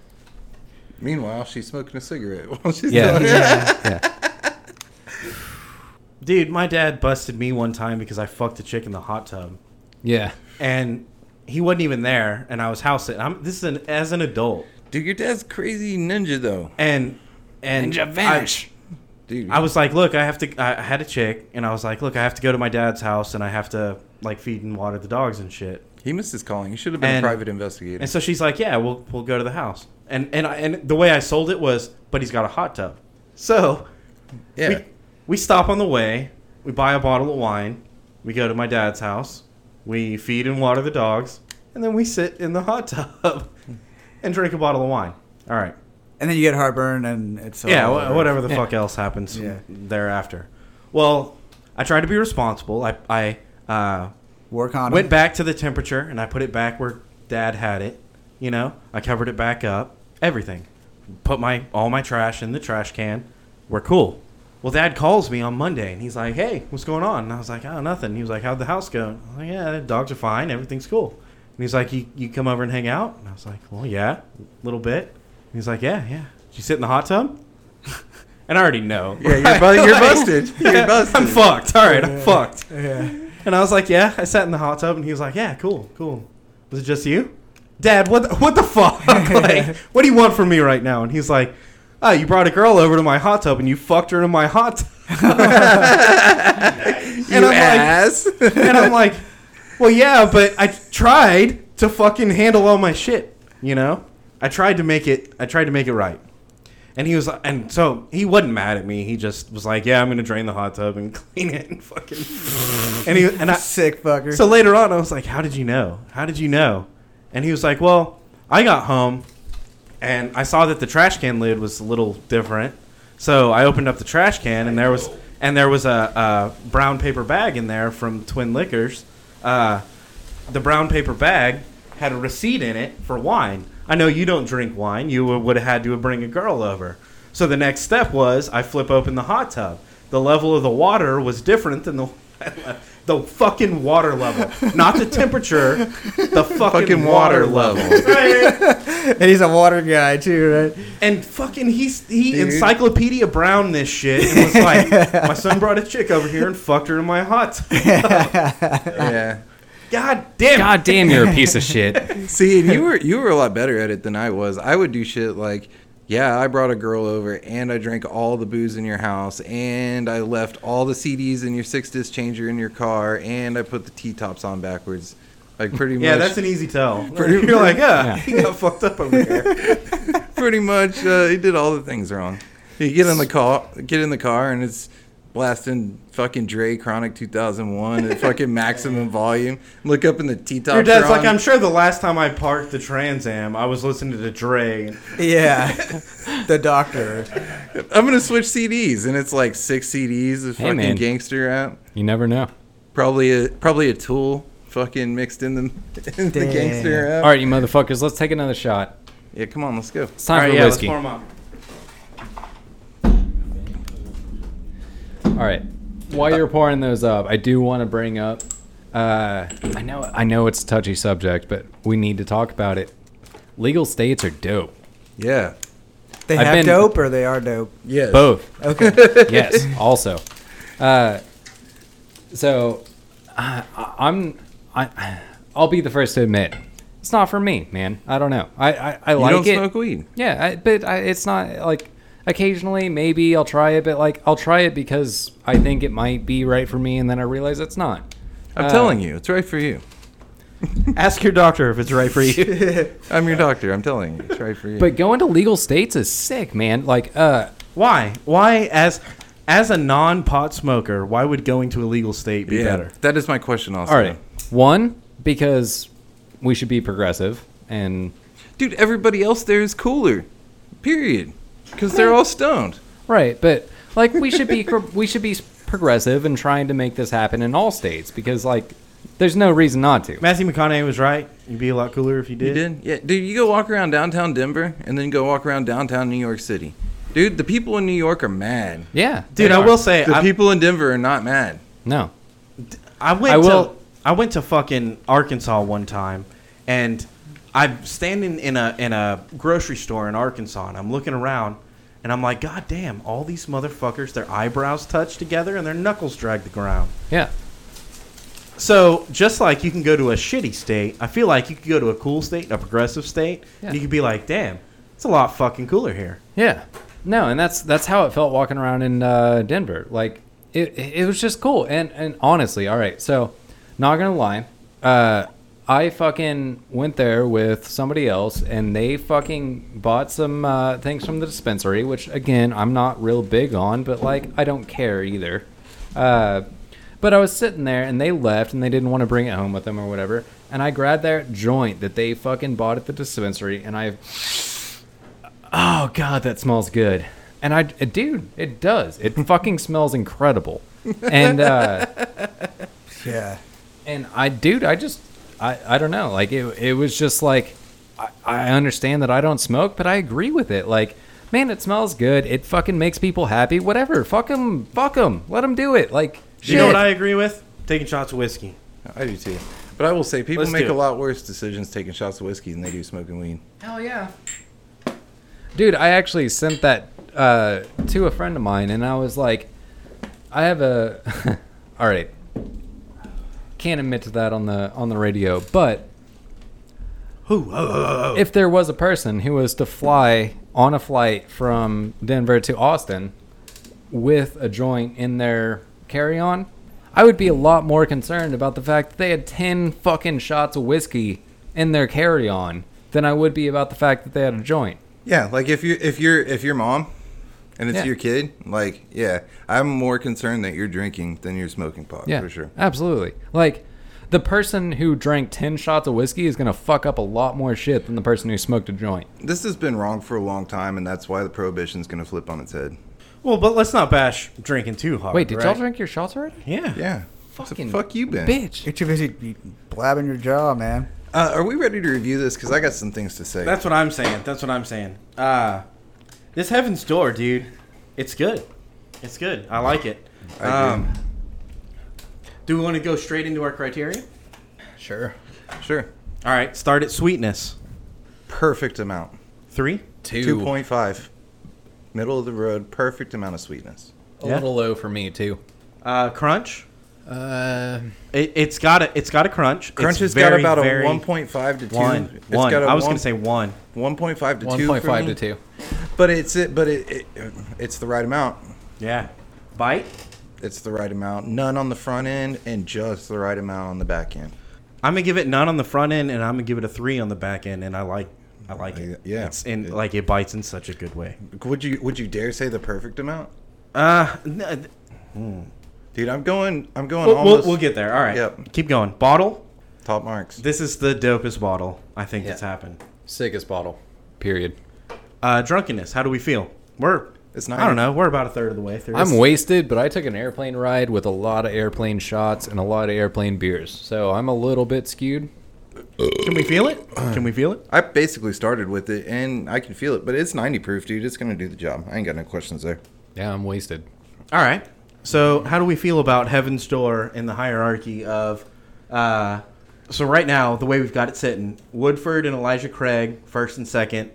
Speaker 2: Meanwhile, she's smoking a cigarette while she's
Speaker 1: Yeah.
Speaker 2: doing it.
Speaker 1: yeah.
Speaker 4: dude, my dad busted me one time because I fucked a chick in the hot tub.
Speaker 1: Yeah.
Speaker 4: and he wasn't even there and i was house sitting i'm this is an as an adult
Speaker 2: Dude, your dad's crazy ninja though.
Speaker 4: and and
Speaker 2: Ninja vanish.
Speaker 4: I-
Speaker 2: dude.
Speaker 4: I was like, look, I have to. I I had a chick, and I was like, look, I have to go to my dad's house, and I have to like feed and water the dogs and shit.
Speaker 2: He missed his calling. He should have been
Speaker 4: And-
Speaker 2: a private investigator.
Speaker 4: And so she's like, yeah, we'll we'll go to the house. And and I, and the way I sold it was, but he's got a hot tub. So
Speaker 2: yeah.
Speaker 4: we, we stop on the way. We buy a bottle of wine. We go to my dad's house. We feed and water the dogs, and then we sit in the hot tub and drink a bottle of wine. All right.
Speaker 3: And then you get heartburn, and it's
Speaker 4: yeah,
Speaker 3: all
Speaker 4: wha-
Speaker 3: over.
Speaker 4: whatever the fuck else happens
Speaker 3: Yeah.
Speaker 4: thereafter. Well, I tried to be responsible. I I uh,
Speaker 3: Work on
Speaker 4: went
Speaker 3: it.
Speaker 4: back to the temperature and I put it back where Dad had it. You know, I covered it back up. Everything. Put my all my trash in the trash can. We're cool. Well, Dad calls me on Monday and he's like, "Hey, what's going on?" And I was like, "Oh, nothing." He was like, "How'd the house go?" I was like, "Yeah, the dogs are fine. Everything's cool." And he's like, "You you come over and hang out?" And I was like, "Well, yeah, a little bit." And he's like, "Yeah, yeah." Did you sit in the hot tub? and I already know.
Speaker 2: yeah, you're, bu- you're
Speaker 4: Like-
Speaker 2: busted. You're busted.
Speaker 4: I'm fucked. All right, I'm fucked.
Speaker 3: Yeah.
Speaker 4: And I was like, yeah. I sat in the hot tub, and he was like, yeah, cool, cool. Was it just you, Dad? What the, what the fuck? like, what do you want from me right now? And he's like, oh, you brought a girl over to my hot tub, and you fucked her in my hot tub. and
Speaker 2: you
Speaker 4: I'm
Speaker 2: ass.
Speaker 4: like, and I'm like, well, yeah, but I tried to fucking handle all my shit. You know, I tried to make it. I tried to make it right. And he was, and so he wasn't mad at me. He just was like, "Yeah, I'm gonna drain the hot tub and clean it and fucking." And he and I,
Speaker 3: Sick fucker.
Speaker 4: so later on, I was like, "How did you know? How did you know?" And he was like, "Well, I got home, and I saw that the trash can lid was a little different, so I opened up the trash can, and there was and there was a, a brown paper bag in there from Twin Liquors. Uh, the brown paper bag had a receipt in it for wine. I know you don't drink wine. You would have had to bring a girl over. So the next step was I flip open the hot tub. The level of the water was different than the the fucking water level, not the temperature. The fucking,
Speaker 2: Fucking
Speaker 4: water,
Speaker 2: water
Speaker 4: level. Right?
Speaker 3: and he's a water guy too, right?
Speaker 4: And fucking he's he
Speaker 2: Dude.
Speaker 4: encyclopedia brown this shit and was like, my son brought a chick over here and fucked her in my hot. tub."
Speaker 2: yeah.
Speaker 4: God damn. it.
Speaker 1: God damn, you're a piece of shit.
Speaker 2: See, and you were you were a lot better at it than I was. I would do shit like, yeah, I brought a girl over and I drank all the booze in your house and I left all the CDs in your six disc changer in your car and I put the T tops on backwards. Like pretty
Speaker 4: Yeah,
Speaker 2: much
Speaker 4: that's an easy tell.
Speaker 2: Pretty-
Speaker 4: You're like, yeah,
Speaker 1: Yeah.
Speaker 4: he got fucked up over here. e-
Speaker 2: pretty much uh, he did all the things wrong. You get in the car, get in the car, and it's blasting fucking Dre Chronic 2001 at fucking maximum volume. Look up in the T top.
Speaker 4: Your dad's like, I'm sure the last time I parked the Trans Am, I was listening to Dre.
Speaker 3: Yeah. the doctor.
Speaker 2: I'm gonna switch CDs, and it's like six CDs of
Speaker 1: Hey,
Speaker 2: fucking
Speaker 1: man.
Speaker 2: gangster rap.
Speaker 1: You never know.
Speaker 2: Probably a probably a Tool fucking mixed in the, in the
Speaker 3: Damn.
Speaker 2: gangster rap.
Speaker 1: All right, you motherfuckers, let's take another shot.
Speaker 2: Yeah, come on, let's go.
Speaker 1: It's time
Speaker 4: All right,
Speaker 1: for
Speaker 4: yeah, let's
Speaker 1: whiskey.
Speaker 4: warm up.
Speaker 1: All right. Uh, While you're pouring those up, I do want to bring up. Uh, I know, I know it's a touchy subject, but we need to talk about it. Legal states are dope.
Speaker 2: Yeah.
Speaker 3: They
Speaker 1: I've
Speaker 3: have
Speaker 1: been-
Speaker 3: dope or they are dope.
Speaker 2: Yes.
Speaker 1: Both.
Speaker 3: Okay.
Speaker 1: yes. Also, uh, so uh, I'm. I, I'll be the first to admit, it's not for me, man. I don't know. I I, I
Speaker 2: You
Speaker 1: like
Speaker 2: don't
Speaker 1: it.
Speaker 2: smoke weed.
Speaker 1: Yeah, I, but I, it's not like occasionally maybe I'll try it, but like I'll try it because I think it might be right for me, and then I realize it's not.
Speaker 2: I'm
Speaker 1: Uh,
Speaker 2: telling you, it's right for you.
Speaker 4: Ask your doctor if it's right for you.
Speaker 2: I'm your doctor. I'm telling you, it's right for you.
Speaker 1: But going to legal states is sick, man. Like, uh,
Speaker 4: why? Why, as as a non pot smoker, why would going to a legal state be
Speaker 2: yeah,
Speaker 4: better?
Speaker 2: that is my question. Also,
Speaker 1: all right, one because we should be progressive, and
Speaker 2: dude, everybody else there is cooler. Period. Because they're all stoned.
Speaker 1: right, but like we should be we should be progressive and trying to make this happen in all states because like there's no reason not to.
Speaker 4: Matthew McConaughey was right. You'd be a lot cooler if you did.
Speaker 2: You did? Yeah, dude, you go walk around downtown Denver and then go walk around downtown New York City. Dude, the people in New York are mad.
Speaker 1: Yeah,
Speaker 4: Dude,
Speaker 1: they
Speaker 4: I
Speaker 1: are.
Speaker 4: will say,
Speaker 2: The
Speaker 4: I,
Speaker 2: people in Denver are not mad.
Speaker 1: No,
Speaker 4: I went.
Speaker 1: I
Speaker 4: To,
Speaker 1: will-
Speaker 4: I went to fucking Arkansas one time, and I'm standing in a in a grocery store in Arkansas, and I'm looking around, and I'm like, God damn, all these motherfuckers, their eyebrows touch together and their knuckles drag the ground.
Speaker 1: yeah,
Speaker 4: So just like you can go to a shitty state, I feel like you could go to a cool state, a progressive state,
Speaker 1: Yeah.
Speaker 4: and you could be like, damn, it's a lot fucking cooler here.
Speaker 1: yeah. No, and that's that's how it felt walking around in uh, Denver. Like it, it was just cool. And and honestly, all right. So, not gonna lie, uh, I fucking went there with somebody else, and they fucking bought some uh, things from the dispensary, which again I'm not real big on, but like I don't care either. Uh, but I was sitting there and they left and they didn't want to bring it home with them or whatever. And I grabbed that joint that they fucking bought at the dispensary and I Oh god, that smells good. And I, dude, it does. It fucking smells incredible. And uh,
Speaker 3: Yeah.
Speaker 1: and I, dude, I just, I, I don't know. Like it, it was just like, I, I understand that I don't smoke, but I agree with it. Like, man, it smells good. It fucking makes people happy. Whatever. Fuck them. Fuck them. Let them do it. Like,
Speaker 4: You know
Speaker 1: shit.
Speaker 4: what I agree with? Taking shots of whiskey.
Speaker 2: I do too. But I will say, people
Speaker 4: Let's
Speaker 2: make
Speaker 4: do
Speaker 2: a
Speaker 4: it.
Speaker 2: lot worse decisions taking shots of whiskey than they do smoking weed.
Speaker 1: Hell yeah. Dude, I actually sent that uh, to a friend of mine, and I was like, I have a. All right. Can't admit to that on the on the radio, but
Speaker 4: Who? Oh, oh, oh, oh.
Speaker 1: if there was a person who was to fly on a flight from Denver to Austin with a joint in their carry-on, I would be a lot more concerned about the fact that they had 10 fucking shots of whiskey in their carry-on than I would be about the fact that they had a joint.
Speaker 2: Yeah, like if you if you're if your mom and it's
Speaker 1: Yeah.
Speaker 2: your kid, like yeah, I'm more concerned that you're drinking than you're smoking pot
Speaker 1: Yeah,
Speaker 2: for sure.
Speaker 1: Absolutely. Like the person who drank ten shots of whiskey is gonna fuck up a lot more shit than the person who smoked a joint.
Speaker 2: This has been wrong for a long time, and that's why the prohibition's going to flip on its head.
Speaker 4: Well, but let's not bash drinking too hard.
Speaker 1: Wait, did
Speaker 4: Oh, right?
Speaker 1: y'all drink your shots already?
Speaker 4: Yeah.
Speaker 2: Yeah,
Speaker 1: Fucking
Speaker 2: so fuck you, Ben.
Speaker 1: Bitch.
Speaker 3: You're too busy blabbing your jaw, man.
Speaker 2: Uh, are we ready to review this? Because I got some things to say.
Speaker 4: That's what I'm saying. That's what I'm saying. Uh, this Heaven's Door, dude, it's good. It's good. I like it. Um,
Speaker 2: I agree.
Speaker 4: do we want to go straight into our criteria?
Speaker 1: Sure.
Speaker 2: sure.
Speaker 4: All right, start at sweetness.
Speaker 2: Perfect amount.
Speaker 4: Three.
Speaker 1: Two.
Speaker 2: Two point five. Middle of the road. Perfect amount of sweetness.
Speaker 1: A
Speaker 4: Yeah.
Speaker 1: little low for me too.
Speaker 4: Uh, crunch.
Speaker 1: Uh,
Speaker 4: It, it's got a it's got a crunch.
Speaker 2: Crunch has
Speaker 4: it's
Speaker 2: got
Speaker 4: very,
Speaker 2: about a
Speaker 4: very-
Speaker 2: one point five to two.
Speaker 4: One.
Speaker 2: It's
Speaker 4: one.
Speaker 2: got a
Speaker 4: I was
Speaker 2: one-
Speaker 4: gonna say one.
Speaker 2: 1.5 to 2
Speaker 1: one point
Speaker 2: for
Speaker 1: five to
Speaker 2: me.
Speaker 1: two.
Speaker 2: But it's it but it, it it's the right amount.
Speaker 4: Yeah. Bite.
Speaker 2: It's the right amount. None on the front end and just the right amount on the back end.
Speaker 4: I'm gonna give it none on the front end, and I'm gonna give it a three on the back end, and I like I like it.
Speaker 2: Uh, Yeah.
Speaker 4: It's in like it bites in such a good way.
Speaker 2: Would you would you dare say the perfect amount?
Speaker 4: Uh, n-
Speaker 2: Dude, I'm going I'm going
Speaker 4: we'll, we'll,
Speaker 2: almost
Speaker 4: we'll get there. All right.
Speaker 2: Yep.
Speaker 4: Keep going. Bottle.
Speaker 2: top marks.
Speaker 4: This is the dopest bottle I think that's
Speaker 1: Yeah.
Speaker 4: happened.
Speaker 1: Sickest bottle. Period.
Speaker 4: Uh, drunkenness. How do we feel? We're
Speaker 2: It's
Speaker 4: I
Speaker 2: nine.
Speaker 4: don't know. We're about a third of the way through.
Speaker 1: I'm
Speaker 4: It's-
Speaker 1: wasted, but I took an airplane ride with a lot of airplane shots and a lot of airplane beers, so I'm a little bit skewed.
Speaker 4: Can we feel it? Can we feel it?
Speaker 2: I basically started with it and I can feel it, but it's 90 proof, dude. It's going to do the job. I ain't got no questions there.
Speaker 1: Yeah, I'm wasted.
Speaker 4: All right. So, how do we feel about Heaven's Door in the hierarchy of? Uh, so right now, the way we've got it sitting, Woodford and Elijah Craig, first and second.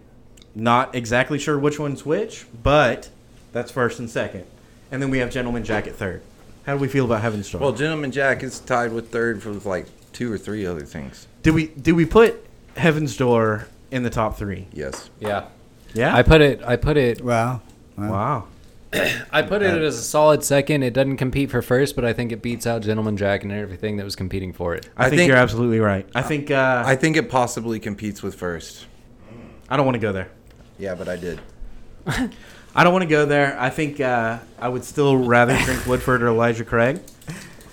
Speaker 4: Not exactly sure which one's which, but that's first and second. And then we have Gentleman Jack at third. How do we feel about Heaven's Door?
Speaker 2: Well, Gentleman Jack is tied with third for like two or three other things.
Speaker 4: did we did we put Heaven's Door in the top three?
Speaker 2: Yes.
Speaker 1: Yeah.
Speaker 4: Yeah.
Speaker 1: I put it. I put it uh,
Speaker 3: Wow.
Speaker 4: wow.
Speaker 1: I put it as a solid second. It doesn't compete for first, but I think it beats out Gentleman Jack and everything that was competing for it.
Speaker 4: I,
Speaker 2: I
Speaker 4: think,
Speaker 2: think-
Speaker 4: you're absolutely right. I think uh,
Speaker 2: I think it possibly competes with first.
Speaker 4: I don't want to go there.
Speaker 2: Yeah, but I did.
Speaker 4: I don't want to go there. I think uh, I would still rather drink Woodford or Elijah Craig,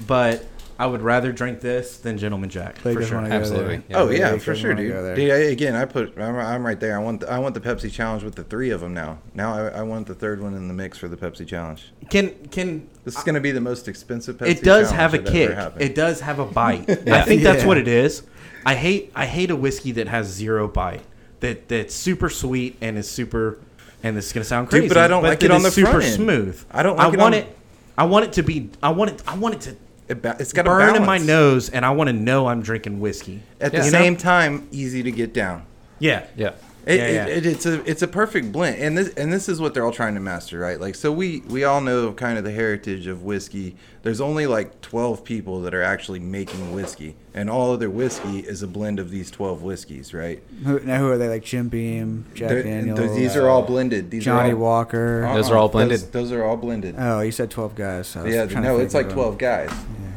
Speaker 4: but I would rather drink this than Gentleman Jack
Speaker 3: They
Speaker 4: for
Speaker 3: just
Speaker 4: sure.
Speaker 3: wanna go
Speaker 1: Absolutely.
Speaker 3: there.
Speaker 1: Yeah.
Speaker 2: oh yeah,
Speaker 3: they
Speaker 2: for
Speaker 3: couldn't
Speaker 2: sure,
Speaker 3: wanna
Speaker 2: dude.
Speaker 3: go there.
Speaker 2: Dude, I, again, I put I'm, I'm right there. I want the, I want the Pepsi challenge with the three of them now. Now I, I want the third one in the mix for the Pepsi challenge.
Speaker 4: Can can
Speaker 2: This is going to be the most expensive Pepsi.
Speaker 4: it does
Speaker 2: challenge
Speaker 4: have a
Speaker 2: that
Speaker 4: kick?
Speaker 2: ever happened.
Speaker 4: It does have a bite. I think that's
Speaker 3: Yeah.
Speaker 4: what it is. I hate I hate a whiskey that has zero bite. That that's super sweet and is super. And this is gonna sound
Speaker 2: Dude,
Speaker 4: crazy,
Speaker 2: but I don't like
Speaker 4: that
Speaker 2: it on
Speaker 4: is
Speaker 2: the
Speaker 4: super
Speaker 2: front end.
Speaker 4: smooth.
Speaker 2: I don't
Speaker 4: I
Speaker 2: like it
Speaker 4: want
Speaker 2: on-
Speaker 4: it. I want it to be. I want it. I want it to
Speaker 2: It ba- it's got to
Speaker 4: burn
Speaker 2: balance.
Speaker 4: in my nose, and I want to know I'm drinking whiskey.
Speaker 2: At
Speaker 1: Yeah.
Speaker 2: the
Speaker 1: You
Speaker 2: same time, easy to get down.
Speaker 4: Yeah.
Speaker 1: Yeah.
Speaker 2: It,
Speaker 4: Yeah, yeah.
Speaker 2: It, it, it's a it's a perfect blend, and this and this is what they're all trying to master, right? Like, so we we all know kind of the heritage of whiskey. There's only like 12 people that are actually making whiskey, and all other whiskey is a blend of these 12 whiskeys, right?
Speaker 3: Who, now who are they? Like Jim Beam, Jack
Speaker 2: They're-
Speaker 3: Daniels.
Speaker 2: th- these are all blended. These
Speaker 3: uh, Johnny
Speaker 2: are all, uh-uh.
Speaker 3: Walker.
Speaker 2: Uh-huh.
Speaker 1: Those are all blended.
Speaker 2: Those, those are all blended.
Speaker 3: oh, you said twelve guys. So I was
Speaker 2: yeah,
Speaker 3: trying to
Speaker 2: no,
Speaker 3: think
Speaker 2: it's like
Speaker 3: of them.
Speaker 2: 12 guys,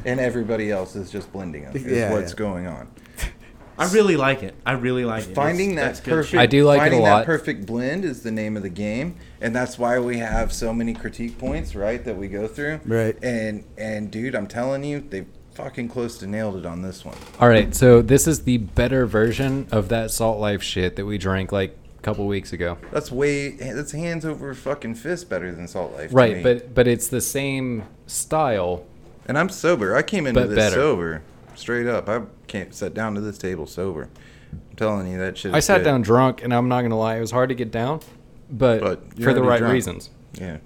Speaker 2: and everybody else is just blending them. Is
Speaker 3: Yeah,
Speaker 2: what's
Speaker 3: yeah.
Speaker 2: going on?
Speaker 4: I really like it. I really like it.
Speaker 2: Finding
Speaker 4: That's-
Speaker 2: that
Speaker 4: that's good
Speaker 2: perfect,
Speaker 4: shit.
Speaker 1: I do like it a
Speaker 2: finding
Speaker 1: lot.
Speaker 2: that perfect blend is the name of the game, and that's why we have so many critique points, right? That we go through,
Speaker 3: Right.
Speaker 2: And and dude, I'm telling you, they fucking close to nailed it on this one.
Speaker 1: All right, so this is the better version of that Salt Life shit that we drank like a couple weeks ago.
Speaker 2: That's way that's hands over fucking fist better than Salt Life, to
Speaker 1: Right,
Speaker 2: me.
Speaker 1: but but it's the same style.
Speaker 2: and I'm sober. I came into
Speaker 1: But
Speaker 2: this
Speaker 1: better.
Speaker 2: sober, straight up. I can't sat down to this table sober. I'm telling you that shit.
Speaker 1: I
Speaker 2: is
Speaker 1: sat
Speaker 2: good.
Speaker 1: down drunk, and I'm not gonna lie, it was hard to get down, but,
Speaker 2: But you're
Speaker 1: for the
Speaker 2: already
Speaker 1: right
Speaker 2: drunk.
Speaker 1: reasons.
Speaker 2: Yeah.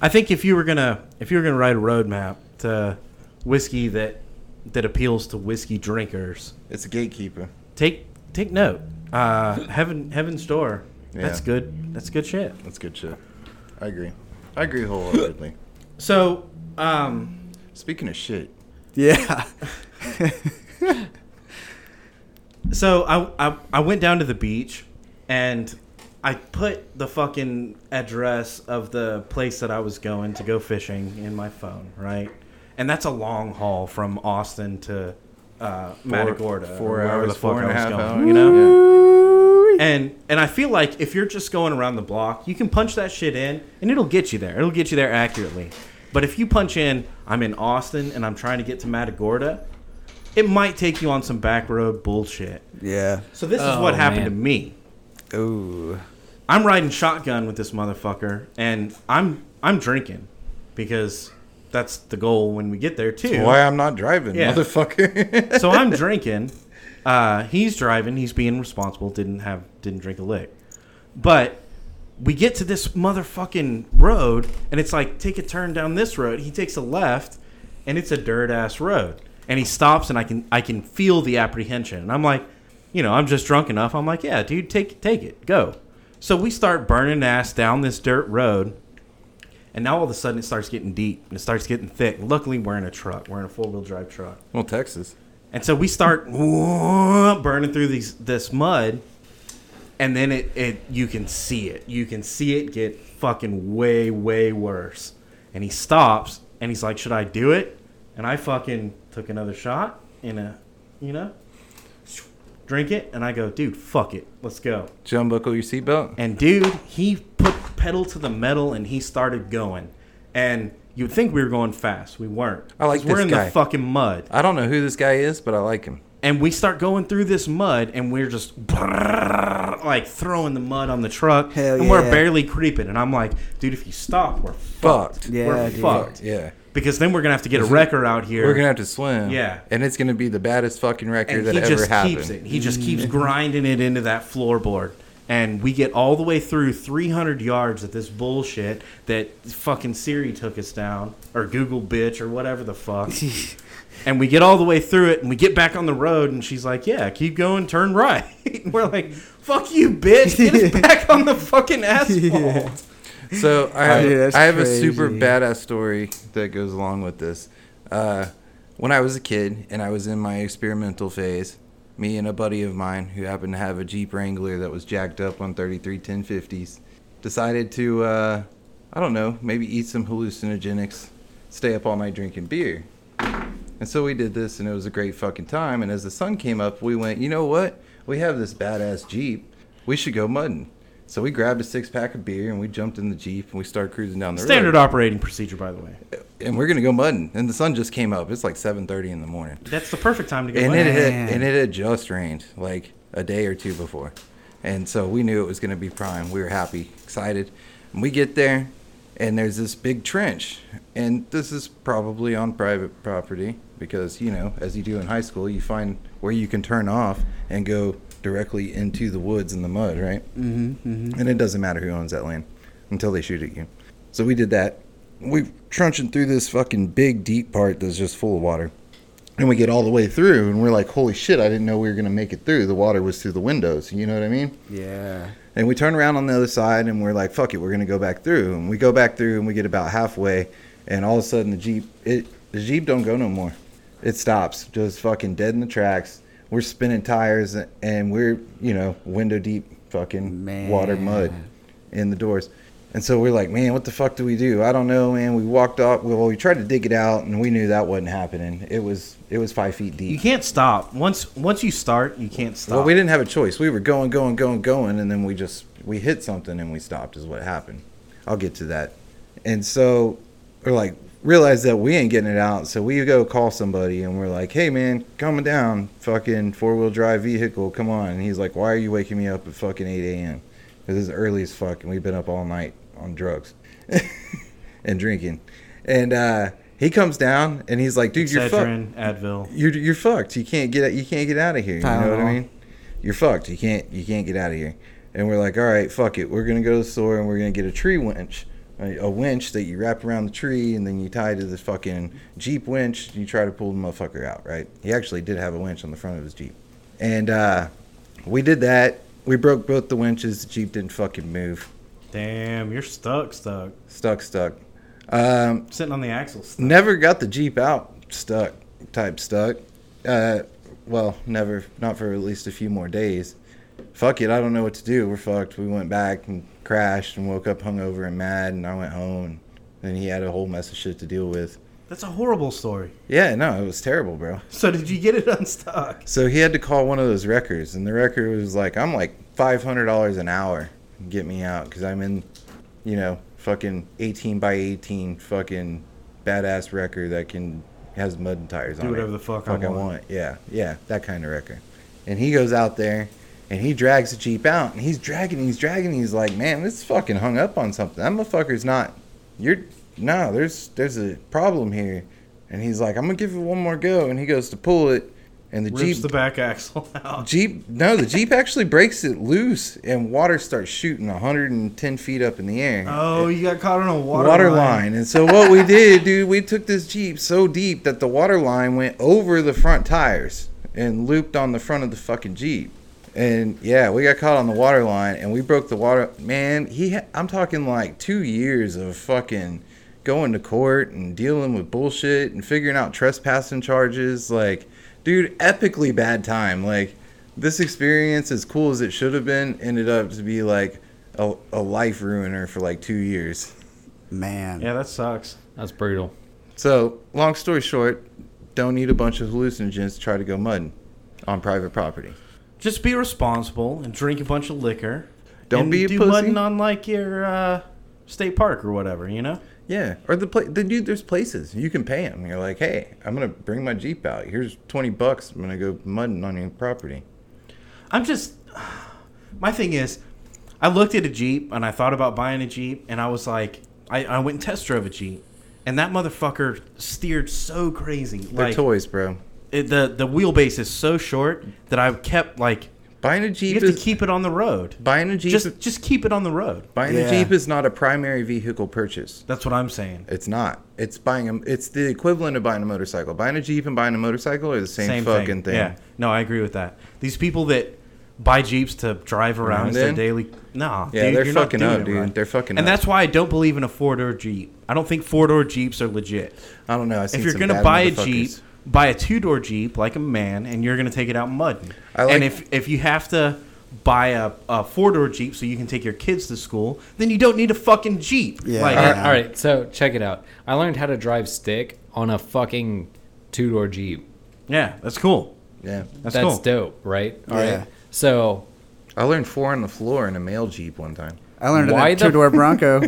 Speaker 4: I think if you were gonna if you were gonna write a roadmap to whiskey that that appeals to whiskey drinkers,
Speaker 2: It's a gatekeeper.
Speaker 4: take take note. Uh, Heaven Heaven's Door. That's
Speaker 2: Yeah.
Speaker 4: good. That's good shit.
Speaker 2: That's good shit. I agree. I agree wholeheartedly.
Speaker 4: So, um,
Speaker 2: Speaking of shit,
Speaker 3: Yeah.
Speaker 4: so I, I I went down to the beach, and I put the fucking address of the place that I was going to go fishing in my phone, right? And that's a long haul from Austin to uh, Matagorda, or
Speaker 2: four
Speaker 4: wherever
Speaker 2: hours,
Speaker 4: the fuck
Speaker 2: four
Speaker 4: I
Speaker 2: and a
Speaker 4: was
Speaker 2: half
Speaker 4: going,
Speaker 2: hours,
Speaker 4: you know.
Speaker 2: yeah.
Speaker 4: And and I feel like if you're just going around the block, you can punch that shit in and it'll get you there. It'll get you there accurately. But if you punch in, I'm in Austin and I'm trying to get to Matagorda, it might take you on some back road bullshit.
Speaker 3: yeah.
Speaker 4: So this is
Speaker 1: Oh,
Speaker 4: what happened
Speaker 1: man.
Speaker 4: to me.
Speaker 3: Ooh.
Speaker 4: I'm riding shotgun with this motherfucker and I'm I'm drinking because that's the goal when we get there too.
Speaker 2: Why I'm not driving,
Speaker 4: Yeah.
Speaker 2: motherfucker.
Speaker 4: so I'm drinking. Uh, he's driving. He's being responsible. Didn't have. Didn't drink a lick. But we get to this motherfucking road, and it's like take a turn down this road. He takes a left, and it's a dirt ass road. And he stops, and I can I can feel the apprehension. And I'm like, you know, I'm just drunk enough. I'm like, yeah, dude, take take it, go. So we start burning ass down this dirt road. And now all of a sudden it starts getting deep and it starts getting thick. Luckily, we're in a truck. We're in a four wheel drive truck.
Speaker 2: well, Texas.
Speaker 4: And so we start burning through these this mud, and then it, it you can see it. You can see it get fucking way, way worse. And he stops and he's like, Should I do it? And I fucking took another shot in a you know drink it and I go, dude, fuck it. Let's go.
Speaker 2: Did you unbuckle your seatbelt?
Speaker 4: And dude, he put pedal to the metal and he started going. And you'd think we were going fast. We weren't.
Speaker 2: I like
Speaker 4: 'Cause We're
Speaker 2: this
Speaker 4: in
Speaker 2: guy.
Speaker 4: the fucking mud
Speaker 2: I don't know who this guy is, but I like him.
Speaker 4: and we start going through this mud and we're just like throwing the mud on the truck
Speaker 3: Hell
Speaker 4: and we're
Speaker 3: yeah.
Speaker 4: barely creeping and i'm like dude if you stop we're fucked,
Speaker 2: Fucked.
Speaker 4: we're
Speaker 3: Yeah, dude.
Speaker 4: fucked
Speaker 2: Yeah.
Speaker 4: because then we're gonna have to get a wrecker out here
Speaker 2: We're gonna have to swim.
Speaker 4: Yeah.
Speaker 2: And it's gonna be the baddest fucking record
Speaker 4: and
Speaker 2: that
Speaker 4: he
Speaker 2: ever
Speaker 4: just
Speaker 2: happened.
Speaker 4: keeps it he just keeps grinding it into that floorboard and we get all the way through 300 yards of this bullshit that fucking siri took us down or google bitch or whatever the fuck And we get all the way through it, and we get back on the road, and she's like, "Yeah, keep going, turn right." And we're like, "Fuck you, bitch! Get us back on the fucking asphalt."
Speaker 2: So I have,
Speaker 3: Dude, that's
Speaker 2: I have a super
Speaker 3: crazy.
Speaker 2: badass story that goes along with this. Uh, when I was a kid and I was in my experimental phase, me and a buddy of mine who happened to have a Jeep Wrangler that was jacked up on 33 1050s decided to, uh, I don't know, maybe eat some hallucinogenics, stay up all night drinking beer. And so we did this, and it was a great fucking time. And as the sun came up, we went, you know what? We have this badass Jeep. We should go mudding. So we grabbed a six pack of beer and we jumped in the Jeep and we started cruising down the
Speaker 4: Standard
Speaker 2: road.
Speaker 4: operating procedure, by the way.
Speaker 2: And we're gonna go mudding. And the sun just came up. It's like 7:30 in the morning.
Speaker 4: That's the perfect time to go.
Speaker 2: And
Speaker 4: in.
Speaker 2: it
Speaker 3: Man.
Speaker 2: had, and it had just rained like a day or two before, and so we knew it was gonna be prime. We were happy, excited. And we get there, and there's this big trench, and this is probably on private property because you know, as you do in high school, you find where you can turn off and go directly into the woods and the mud, right? and it doesn't matter who owns that land until they shoot at you. So we did that. We're trunching through this fucking big deep part that's just full of water. And we get all the way through, and we're like, holy shit, I didn't know we were going to make it through. The water was through the windows. You know what I mean?
Speaker 3: Yeah.
Speaker 2: And we turn around on the other side and we're like, fuck it, we're gonna go back through. And we go back through and we get about halfway, and all of a sudden the Jeep it the Jeep don't go no more. It stops, just fucking dead in the tracks. We're spinning tires and we're, you know, window deep fucking water mud in the doors. And so we're like, man, what the fuck do we do? I don't know, man. We walked up. Well, we tried to dig it out, and we knew that wasn't happening. It was, it was five feet deep.
Speaker 4: You can't stop. Once once you start, you can't stop.
Speaker 2: Well, we didn't have a choice. We were going, going, going, going, and then we just we hit something and we stopped. Is what happened. I'll get to that. And so we're like realize that we ain't getting it out. So we go call somebody and we're like, "Hey man, coming down, fucking four wheel drive vehicle, come on." And he's like, "Why are you waking me up at fucking eight a.m.? This is early as fuck, and we've been up all night on drugs and drinking." And uh, he comes down and he's like, "Dude, you're fucked."
Speaker 4: Excedrin, Advil.
Speaker 2: you're you're fucked. You can't get you can't get out of here. You know what I
Speaker 3: Tylenol.
Speaker 2: mean? You're fucked. You can't you can't get out of here. And we're like, all right, fuck it. We're gonna go to the store and we're gonna get a tree winch, a, a winch that you wrap around the tree and then you tie to the fucking jeep winch. And you try to pull the motherfucker out, right? He actually did have a winch on the front of his jeep, and uh, we did that. We broke both the winches. The jeep didn't fucking move.
Speaker 4: Damn, you're stuck, stuck.
Speaker 2: Stuck, stuck. Um,
Speaker 4: Sitting on the axle. Stuck.
Speaker 2: never got the Jeep out stuck type stuck. Uh, well, never, not for at least a few more days. Fuck it, I don't know what to do. We're fucked. We went back and crashed and woke up hungover and mad, and I went home. And then he had a whole mess of shit to deal with.
Speaker 4: That's a horrible story.
Speaker 2: Yeah, no, it was terrible, bro.
Speaker 4: So did you get it unstuck?
Speaker 2: So he had to call one of those wreckers, and the wrecker was like, "I'm like five hundred dollars an hour, get me out, because I'm in, you know, fucking eighteen by eighteen, fucking badass wrecker that can has mud and tires on it.
Speaker 4: whatever the fuck I want."
Speaker 2: Yeah, yeah, that kind of wrecker. And he goes out there, and he drags the jeep out, and he's dragging, he's dragging, he's like, man, this is fucking hung up on something. That motherfucker's not. You're no, there's there's a problem here. And he's like, I'm gonna give it one more go, and he goes to pull it. And the
Speaker 4: Rips
Speaker 2: Jeep
Speaker 4: the back axle out.
Speaker 2: Jeep, no, the Jeep actually breaks it loose, and water starts shooting 110 feet up in the air.
Speaker 4: Oh, you got caught on a water,
Speaker 2: water, line. And so what we did, dude, we took this Jeep so deep that the water line went over the front tires and looped on the front of the fucking Jeep. And yeah, we got caught on the water line, and we broke the water. Man, he, ha- I'm talking like two years of fucking going to court and dealing with bullshit and figuring out trespassing charges. Like, dude, epically bad time. Like, this experience, as cool as it should have been, ended up to be like a, a life ruiner for like two years.
Speaker 3: Man.
Speaker 4: Yeah, that sucks.
Speaker 1: That's brutal.
Speaker 2: So, long story short, don't eat a bunch of hallucinogens to try to go mudding on private property.
Speaker 4: Just be responsible and drink a bunch of liquor.
Speaker 2: Don't
Speaker 4: and
Speaker 2: be a
Speaker 4: do
Speaker 2: pussy.
Speaker 4: mudding on like your uh, state park or whatever. You know.
Speaker 2: Yeah, or the place. Dude, there's places you can pay them. You're like, hey, I'm gonna bring my jeep out. Here's 20 bucks. I'm gonna go mudding on your property.
Speaker 4: I'm just. My thing is, I looked at a Jeep and I thought about buying a Jeep, and I was like, I, I went and test drove a Jeep, and that motherfucker steered so crazy.
Speaker 2: They're
Speaker 4: like
Speaker 2: toys, bro.
Speaker 4: It, the the wheelbase is so short that I kept like
Speaker 2: Buying a
Speaker 4: you
Speaker 2: jeep
Speaker 4: have
Speaker 2: is
Speaker 4: to keep it on the road.
Speaker 2: buying a jeep.
Speaker 4: Just just keep it on the road.
Speaker 2: buying a
Speaker 3: Yeah.
Speaker 2: jeep is not a primary vehicle purchase.
Speaker 4: That's what I'm saying.
Speaker 2: It's not. It's buying a. It's the equivalent of buying a motorcycle. Buying a jeep and buying a motorcycle are the same, fucking thing.
Speaker 4: Yeah. No, I agree with that. These people that buy jeeps to drive around
Speaker 2: Around
Speaker 4: as their
Speaker 2: in?
Speaker 4: daily. Nah,
Speaker 2: Yeah,
Speaker 4: dude,
Speaker 2: they're
Speaker 4: you're
Speaker 2: fucking
Speaker 4: not doing
Speaker 2: up,
Speaker 4: it
Speaker 2: dude.
Speaker 4: right.
Speaker 2: They're fucking
Speaker 4: And
Speaker 2: up.
Speaker 4: that's why I don't believe in a four door jeep. I don't think four door jeeps are legit.
Speaker 2: I don't know. I
Speaker 4: if you're gonna buy a jeep, buy a two door jeep like a man, and you're gonna take it out mudding.
Speaker 2: I like-
Speaker 4: and if if you have to buy a, a four door jeep so you can take your kids to school, then you don't need a fucking jeep.
Speaker 3: Yeah.
Speaker 4: Like,
Speaker 1: All right,
Speaker 3: Yeah.
Speaker 1: all right, so check it out. I learned how to drive stick on a fucking two door Jeep.
Speaker 4: yeah, that's cool.
Speaker 2: yeah.
Speaker 4: That's,
Speaker 1: That's
Speaker 4: cool.
Speaker 1: dope, right? All right.
Speaker 3: Yeah.
Speaker 1: So
Speaker 2: I learned four on the floor in a male jeep one time.
Speaker 3: I learned
Speaker 1: Why
Speaker 3: that
Speaker 1: the-
Speaker 3: two door Bronco.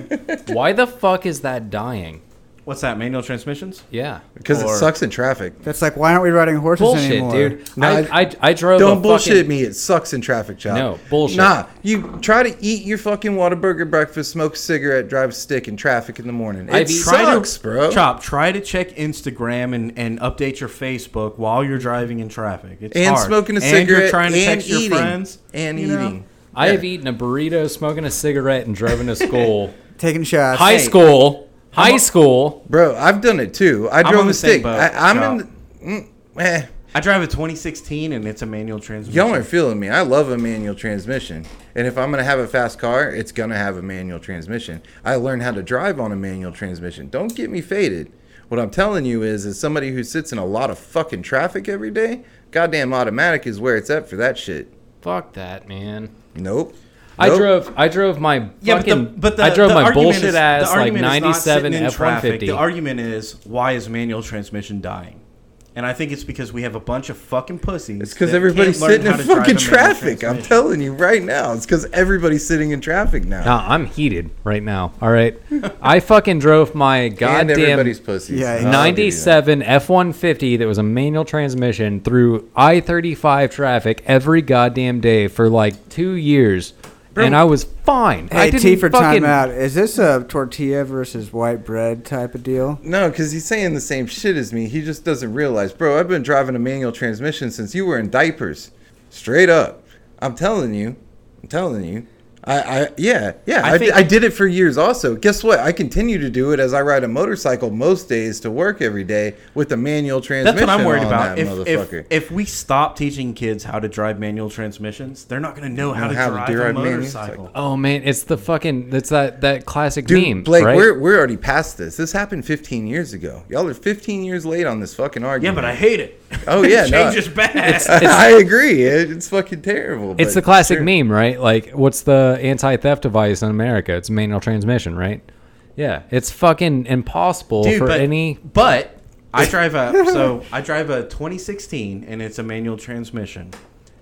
Speaker 1: why the fuck is that dying?
Speaker 4: What's that? Manual transmissions?
Speaker 1: Yeah.
Speaker 2: Because it
Speaker 4: Or-
Speaker 2: sucks in traffic.
Speaker 3: That's like, why aren't we riding horses
Speaker 1: Bullshit,
Speaker 3: anymore?
Speaker 1: dude.
Speaker 2: No,
Speaker 1: I, I, I drove a
Speaker 2: Don't bullshit
Speaker 1: fucking,
Speaker 2: me. It sucks in traffic, child.
Speaker 1: No, bullshit.
Speaker 2: Nah, you try to eat your fucking Whataburger breakfast, smoke a cigarette, drive a stick in traffic in the morning. It
Speaker 1: I've eaten-
Speaker 4: Try
Speaker 2: sucks,
Speaker 4: to,
Speaker 2: bro.
Speaker 4: Chop, try to check Instagram and, and update your Facebook while you're driving in traffic. It's
Speaker 2: And
Speaker 4: hard.
Speaker 2: smoking a
Speaker 4: And
Speaker 2: cigarette
Speaker 4: you're trying to
Speaker 2: and
Speaker 4: text
Speaker 2: eating
Speaker 4: your friends.
Speaker 2: and
Speaker 4: you know?
Speaker 2: eating.
Speaker 1: I
Speaker 2: Yeah.
Speaker 1: have eaten a burrito, smoking a cigarette, and driven to school.
Speaker 3: Taking shots.
Speaker 1: high
Speaker 3: Hey,
Speaker 1: school. High school.
Speaker 2: Bro, I've done it too. I
Speaker 4: I'm
Speaker 2: drove
Speaker 4: on
Speaker 2: a
Speaker 4: the same
Speaker 2: stick.
Speaker 4: boat,
Speaker 2: I, I'm
Speaker 4: Chop.
Speaker 2: in. The, mm, Eh,
Speaker 4: I drive a 2016 and it's a manual transmission.
Speaker 2: y'all aren't feeling me. I love a manual transmission. And if I'm going to have a fast car, it's going to have a manual transmission. I learned how to drive on a manual transmission. Don't get me faded. What I'm telling you is, as somebody who sits in a lot of fucking traffic every day, goddamn automatic is where it's at for that shit.
Speaker 1: Fuck that, man.
Speaker 2: Nope.
Speaker 1: I
Speaker 2: Nope.
Speaker 1: drove. I drove my fucking.
Speaker 4: Yeah, but the, but the
Speaker 1: I drove
Speaker 4: the
Speaker 1: my
Speaker 4: argument
Speaker 1: bullshit
Speaker 4: is- the
Speaker 1: ass like
Speaker 4: argument is not
Speaker 1: '97
Speaker 4: sitting in
Speaker 1: F one
Speaker 4: traffic.
Speaker 1: fifty.
Speaker 4: The argument is why is manual transmission dying? And I think it's because we have a bunch of fucking pussies.
Speaker 2: It's because
Speaker 4: that
Speaker 2: everybody's
Speaker 4: can't learn
Speaker 2: sitting in
Speaker 4: how to drive
Speaker 2: fucking
Speaker 4: a manual
Speaker 2: traffic. I'm
Speaker 4: transmission.
Speaker 2: telling you right now. It's because everybody's sitting in traffic now.
Speaker 1: Nah, I'm heated right now. All right, I fucking drove my
Speaker 2: and
Speaker 1: goddamn
Speaker 2: everybody's pussies.
Speaker 3: Yeah,
Speaker 2: I'll give you that.
Speaker 1: 97 F150 that was a manual transmission through I-35 traffic every goddamn day for like 2 years and I was fine. I
Speaker 3: Hey,
Speaker 1: didn't
Speaker 3: T for
Speaker 1: fucking-
Speaker 3: time out. Is this a tortilla versus white bread type of deal?
Speaker 2: No, because he's saying the same shit as me. He just doesn't realize, bro. I've been driving a manual transmission since you were in diapers. Straight up, I'm telling you. I'm telling you. I, I yeah, yeah.
Speaker 4: I
Speaker 2: I, di-
Speaker 4: think-
Speaker 2: I did it for years. Also, guess what? I continue to do it as I ride a motorcycle most days to work every day with a manual transmission.
Speaker 4: That's what I'm worried
Speaker 2: on
Speaker 4: about.
Speaker 2: that
Speaker 4: If,
Speaker 2: motherfucker.
Speaker 4: if, if we stop teaching kids how to drive manual transmissions, they're not going to know how, to,
Speaker 2: how to
Speaker 4: drive a
Speaker 2: drive manual
Speaker 4: motorcycle.
Speaker 1: Oh man, it's the fucking it's that that classic
Speaker 2: Dude,
Speaker 1: meme,
Speaker 2: Blake,
Speaker 1: right?
Speaker 2: we're we're already past this. This happened 15 years ago. Y'all are 15 years late on this fucking
Speaker 4: Yeah,
Speaker 2: argument.
Speaker 4: but I hate it.
Speaker 2: Oh, yeah,
Speaker 4: change
Speaker 2: no.
Speaker 4: is bad.
Speaker 2: I agree. It- It's fucking terrible.
Speaker 1: it's the
Speaker 2: but
Speaker 1: classic
Speaker 2: sure.
Speaker 1: meme, right? Like what's the anti-theft device in America? It's manual transmission, right? Yeah, it's fucking impossible
Speaker 4: Dude,
Speaker 1: for
Speaker 4: but,
Speaker 1: any
Speaker 4: But I drive a so I drive a 2016 and it's a manual transmission,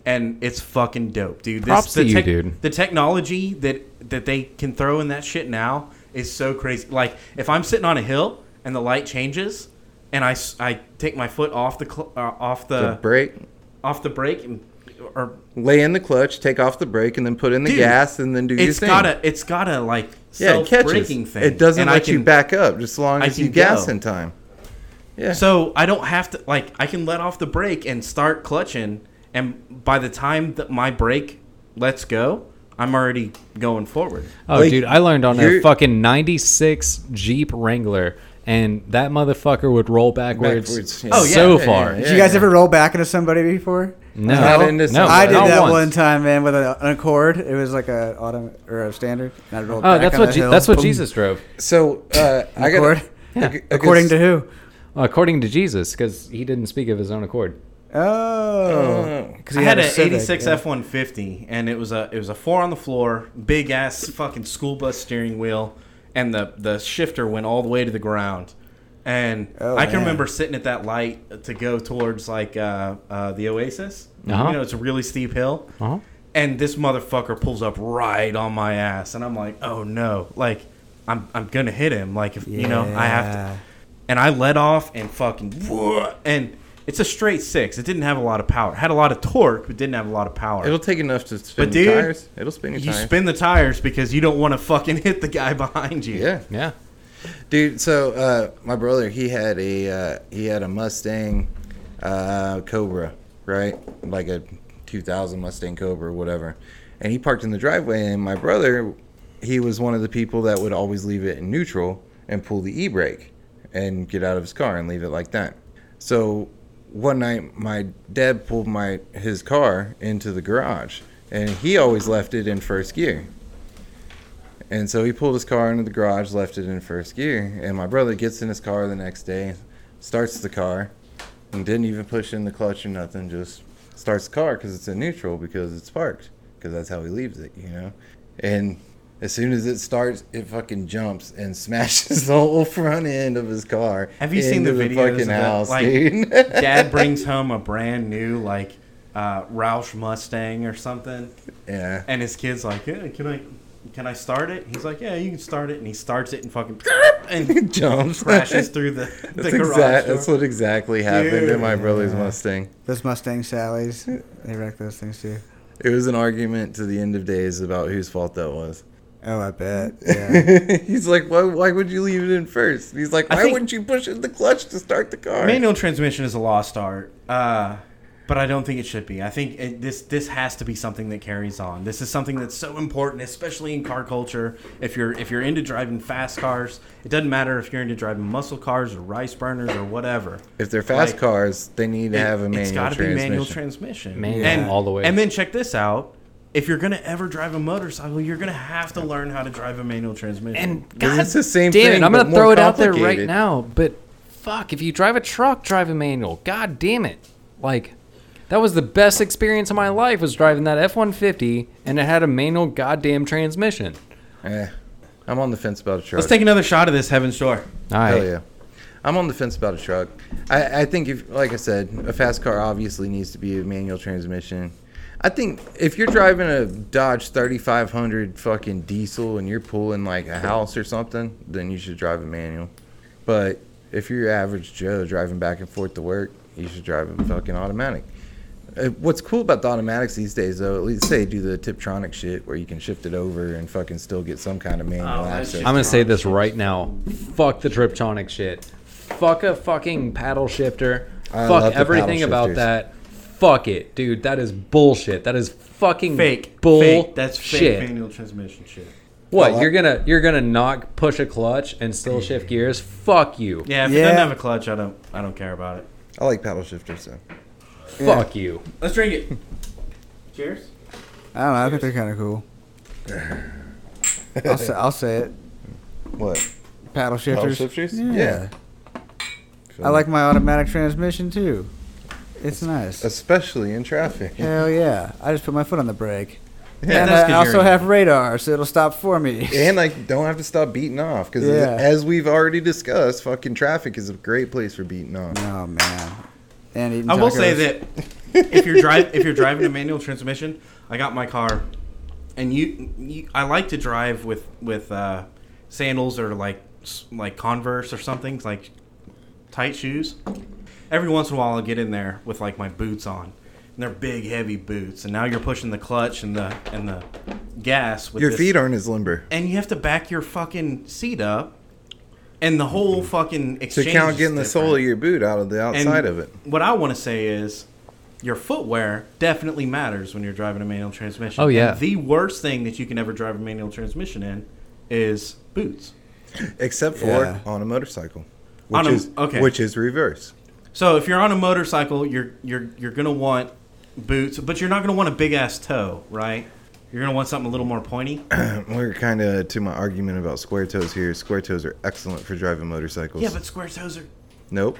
Speaker 4: and it's fucking dope, dude. This,
Speaker 1: Props
Speaker 4: the
Speaker 1: to you, dude.
Speaker 4: The technology that that they can throw in that shit now is so crazy. Like if I'm sitting on a hill and the light changes. And I, s- I take my foot off the cl- uh, off
Speaker 2: The
Speaker 4: the,
Speaker 2: brake,
Speaker 4: off the brake and or
Speaker 2: lay in the clutch, take off the brake, and then put in the
Speaker 4: Dude,
Speaker 2: gas, and then do your
Speaker 4: it's
Speaker 2: thing.
Speaker 4: got a it's got a like
Speaker 2: yeah, it
Speaker 4: self
Speaker 2: catches.
Speaker 4: braking thing.
Speaker 2: It doesn't
Speaker 4: And I
Speaker 2: let you
Speaker 4: can-
Speaker 2: back up just as long
Speaker 4: I
Speaker 2: as you
Speaker 4: can
Speaker 2: gas
Speaker 4: go.
Speaker 2: in time. Yeah.
Speaker 4: So I don't have to like I can let off the brake and start clutching, and by the time that my brake lets go, I'm already going forward.
Speaker 1: Oh,
Speaker 2: Like,
Speaker 1: dude, I learned on a
Speaker 2: you're-
Speaker 1: fucking '96 Jeep Wrangler, and that motherfucker would roll backwards,
Speaker 2: Backwards, yeah.
Speaker 4: Oh, yeah,
Speaker 1: so
Speaker 2: yeah,
Speaker 1: far.
Speaker 2: yeah,
Speaker 3: Did
Speaker 2: yeah.
Speaker 3: you guys ever roll back into somebody before?
Speaker 1: No,
Speaker 2: Not
Speaker 1: no,
Speaker 2: into somebody.
Speaker 3: I did
Speaker 1: not
Speaker 3: that
Speaker 1: once.
Speaker 3: one time, man, with a, an Accord. It was like a auto or a standard. And I rolled
Speaker 1: Oh,
Speaker 3: back
Speaker 1: that's
Speaker 3: on
Speaker 1: what
Speaker 3: the
Speaker 1: Je-
Speaker 3: hill.
Speaker 1: that's what
Speaker 3: Boom.
Speaker 1: Jesus drove,
Speaker 2: So uh, I got
Speaker 3: Accord.
Speaker 1: Yeah.
Speaker 3: According to who?
Speaker 1: according to Jesus, because he didn't speak of his own accord.
Speaker 3: Oh,
Speaker 2: Oh.
Speaker 3: 'Cause
Speaker 4: I
Speaker 3: he
Speaker 4: had
Speaker 3: a
Speaker 4: an
Speaker 3: Civic,
Speaker 4: '86
Speaker 3: yeah.
Speaker 4: F150, and it was a it was a four on the floor, big ass fucking school bus steering wheel, and the the shifter went all the way to the ground. And
Speaker 3: Oh,
Speaker 4: I can
Speaker 3: man.
Speaker 4: remember sitting at that light to go towards like uh, uh, the Oasis.
Speaker 1: Uh-huh.
Speaker 4: You know, it's a really steep hill.
Speaker 1: Uh-huh.
Speaker 4: And this motherfucker pulls up right on my ass, and I'm like, oh no, like I'm I'm gonna hit him, like if you know I have
Speaker 3: Yeah.
Speaker 4: to. And I let off and fucking and it's a straight six. It didn't have a lot of power. It had a lot of torque, but didn't have a lot of power.
Speaker 2: It'll take enough to spin
Speaker 4: But
Speaker 2: your
Speaker 4: dude,
Speaker 2: tires. It'll spin your
Speaker 4: you
Speaker 2: tires.
Speaker 4: spin the tires because you don't want to fucking hit the guy behind you.
Speaker 2: yeah.
Speaker 1: Yeah,
Speaker 2: dude so uh, my brother he had a uh, he had a mustang uh, cobra right like a 2000 mustang cobra or whatever and he parked in the driveway and my brother he was one of the people that would always leave it in neutral and pull the e-brake and get out of his car and leave it like that so one night my dad pulled my his car into the garage and he always left it in first gear and so he pulled his car into the garage, left it in first gear, and my brother gets in his car the next day, starts the car, and didn't even push in the clutch or nothing, just starts the car because it's in neutral because it's parked because that's how he leaves it, you know. And as soon as it starts, it fucking jumps and smashes the whole front end of his car.
Speaker 4: Have you seen the
Speaker 2: into
Speaker 4: videos of that, like,
Speaker 2: dude?
Speaker 4: Dad brings home a brand new like uh, Roush Mustang or something,
Speaker 2: yeah.
Speaker 4: and his kid's like, yeah, "Can I, can I start it?" He's like, "Yeah, you can start it," and he starts it and fucking and
Speaker 2: jumps.
Speaker 4: crashes through the, the
Speaker 2: That's,
Speaker 4: garage.
Speaker 2: exact,
Speaker 4: door.
Speaker 2: that's what exactly happened in
Speaker 4: Dude.
Speaker 2: my brother's Mustang.
Speaker 3: Those Mustang Sallys, they wreck those things too.
Speaker 2: It was an argument to the end of days about whose fault that was.
Speaker 3: Oh, I bet. Yeah.
Speaker 2: he's like, why, why would you leave it in first? And he's like,
Speaker 4: I
Speaker 2: why
Speaker 4: think-
Speaker 2: wouldn't you push in the clutch to start the car?
Speaker 4: Manual transmission is a lost art. Uh, But I don't think it should be. I think it, this this has to be something that carries on. This is something that's so important, especially in car culture. If you're if you're into driving fast cars, it doesn't matter if you're into driving muscle cars or rice burners or whatever.
Speaker 2: If they're fast
Speaker 4: Like,
Speaker 2: cars, they need to have a manual
Speaker 4: it's got to be
Speaker 2: transmission.
Speaker 4: manual transmission.
Speaker 1: Manual
Speaker 4: and,
Speaker 1: all the way.
Speaker 4: And then check this out. If you're gonna ever drive a motorcycle, you're gonna have to learn how to drive a manual transmission.
Speaker 1: And
Speaker 2: This
Speaker 1: God
Speaker 2: is the same
Speaker 1: damn
Speaker 2: thing,
Speaker 1: it, I'm
Speaker 2: but
Speaker 1: gonna
Speaker 2: more
Speaker 1: throw it out there right
Speaker 2: complicated.
Speaker 1: now. But fuck, if you drive a truck, drive a manual. God damn it! Like that was the best experience of my life was driving that F150, and it had a manual goddamn transmission.
Speaker 2: Eh, I'm on the fence about a truck.
Speaker 4: Let's take another shot of this Heaven's Door.
Speaker 1: All right,
Speaker 2: Hell yeah. I'm on the fence about a truck. I, I think if, like I said, a fast car obviously needs to be a manual transmission. I think if you're driving a Dodge 3500 fucking diesel and you're pulling like a house or something, then you should drive a manual. But if you're your average Joe driving back and forth to work, you should drive a fucking automatic. Uh, What's cool about the automatics these days, though, at least they do the Tiptronic shit where you can shift it over and fucking still get some kind of manual
Speaker 4: that's
Speaker 2: access.
Speaker 1: I'm gonna say this right now. Fuck the Triptonic shit. Fuck a fucking paddle shifter.
Speaker 2: I love
Speaker 1: Fuck
Speaker 2: the
Speaker 1: everything
Speaker 2: paddle
Speaker 1: about
Speaker 2: shifters.
Speaker 1: that. Fuck it, dude. That is bullshit. That is fucking
Speaker 4: Fake.
Speaker 1: bull.
Speaker 4: Fake. That's fake
Speaker 1: shit.
Speaker 4: manual transmission shit.
Speaker 1: What
Speaker 2: Well, I-
Speaker 1: you're gonna you're gonna knock push a clutch and still shift gears? Fuck you.
Speaker 4: Yeah, if it
Speaker 3: Yeah.
Speaker 4: doesn't have a clutch, I don't I don't care about it.
Speaker 2: I like paddle shifters, though.
Speaker 1: Fuck you.
Speaker 4: Let's drink it. Cheers.
Speaker 3: I don't know. I think they're kind of cool. I'll say, I'll say it.
Speaker 2: What?
Speaker 3: Paddle shifters. Yeah.
Speaker 2: Yeah.
Speaker 3: I like my automatic transmission too. It's nice.
Speaker 2: Especially in traffic.
Speaker 3: Hell yeah! I just put my foot on the brake, and
Speaker 4: that's 'cause
Speaker 3: I also
Speaker 4: you're-
Speaker 3: have radar, so it'll stop for me.
Speaker 2: And I don't have to stop beating off because,
Speaker 3: Yeah.
Speaker 2: as we've already discussed, fucking traffic is a great place for beating off.
Speaker 3: oh man! And eating
Speaker 4: I will
Speaker 3: tacos.
Speaker 4: say that if you're drive if you're driving a manual transmission, I got my car, and you, you I like to drive with with uh, sandals or like s- like Converse or something like tight shoes. Every once in a while, I'll get in there with like my boots on, and they're big, heavy boots. And now you're pushing the clutch and the and the gas with
Speaker 2: Your
Speaker 4: this-
Speaker 2: feet aren't as limber.
Speaker 4: and you have to back your fucking seat up, and the whole fucking
Speaker 2: To
Speaker 4: exchange.
Speaker 2: count
Speaker 4: is
Speaker 2: getting the sole
Speaker 4: different.
Speaker 2: of your boot out of the
Speaker 4: And
Speaker 2: outside of it.
Speaker 4: What I want to say is your footwear definitely matters when you're driving a manual transmission.
Speaker 1: Oh, yeah.
Speaker 4: And the worst thing that you can ever drive a manual transmission in is boots.
Speaker 2: Except for
Speaker 3: Yeah.
Speaker 2: on a motorcycle. Which
Speaker 4: On a-
Speaker 2: is,
Speaker 4: okay.
Speaker 2: Which is reverse.
Speaker 4: So if you're on a motorcycle, you're you're you're gonna want boots, but you're not gonna want a big ass toe, right? You're gonna want something a little more pointy.
Speaker 2: We're kind of to my argument about square toes here. Square toes are excellent for driving motorcycles.
Speaker 4: yeah, but square toes are
Speaker 2: Nope.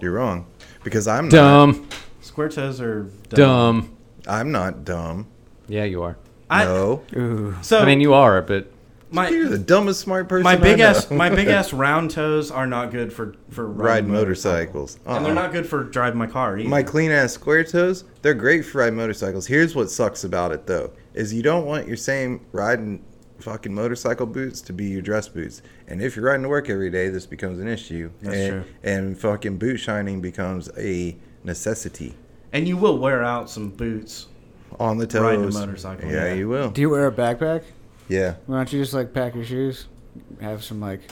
Speaker 2: You're wrong. Because I'm not.
Speaker 1: Dumb.
Speaker 4: square toes are
Speaker 1: Dumb.
Speaker 2: I'm not dumb.
Speaker 1: Yeah, you are.
Speaker 4: I,
Speaker 2: no.
Speaker 3: Ooh.
Speaker 4: So
Speaker 1: I mean, you are, but
Speaker 4: my
Speaker 2: You're the dumbest smart person.
Speaker 4: my
Speaker 2: I
Speaker 4: big ass
Speaker 2: know.
Speaker 4: my big ass round toes are not good for for
Speaker 2: ride
Speaker 4: riding motor-
Speaker 2: motorcycles.
Speaker 4: and they're
Speaker 2: Uh-uh.
Speaker 4: not good for driving my car either.
Speaker 2: My clean ass square toes, they're great for riding motorcycles. Here's what sucks about it though, is you don't want your same riding fucking motorcycle boots to be your dress boots. And if you're riding to work every day, this becomes an issue.
Speaker 4: That's
Speaker 2: and,
Speaker 4: true.
Speaker 2: and fucking boot shining becomes a necessity
Speaker 4: And you will wear out some boots.
Speaker 2: on the toes.
Speaker 4: Riding a motorcycle,
Speaker 2: Yeah,
Speaker 4: yeah.
Speaker 2: you will.
Speaker 3: Do you wear a backpack?
Speaker 2: Yeah.
Speaker 3: Why don't you just like pack your shoes? Have some like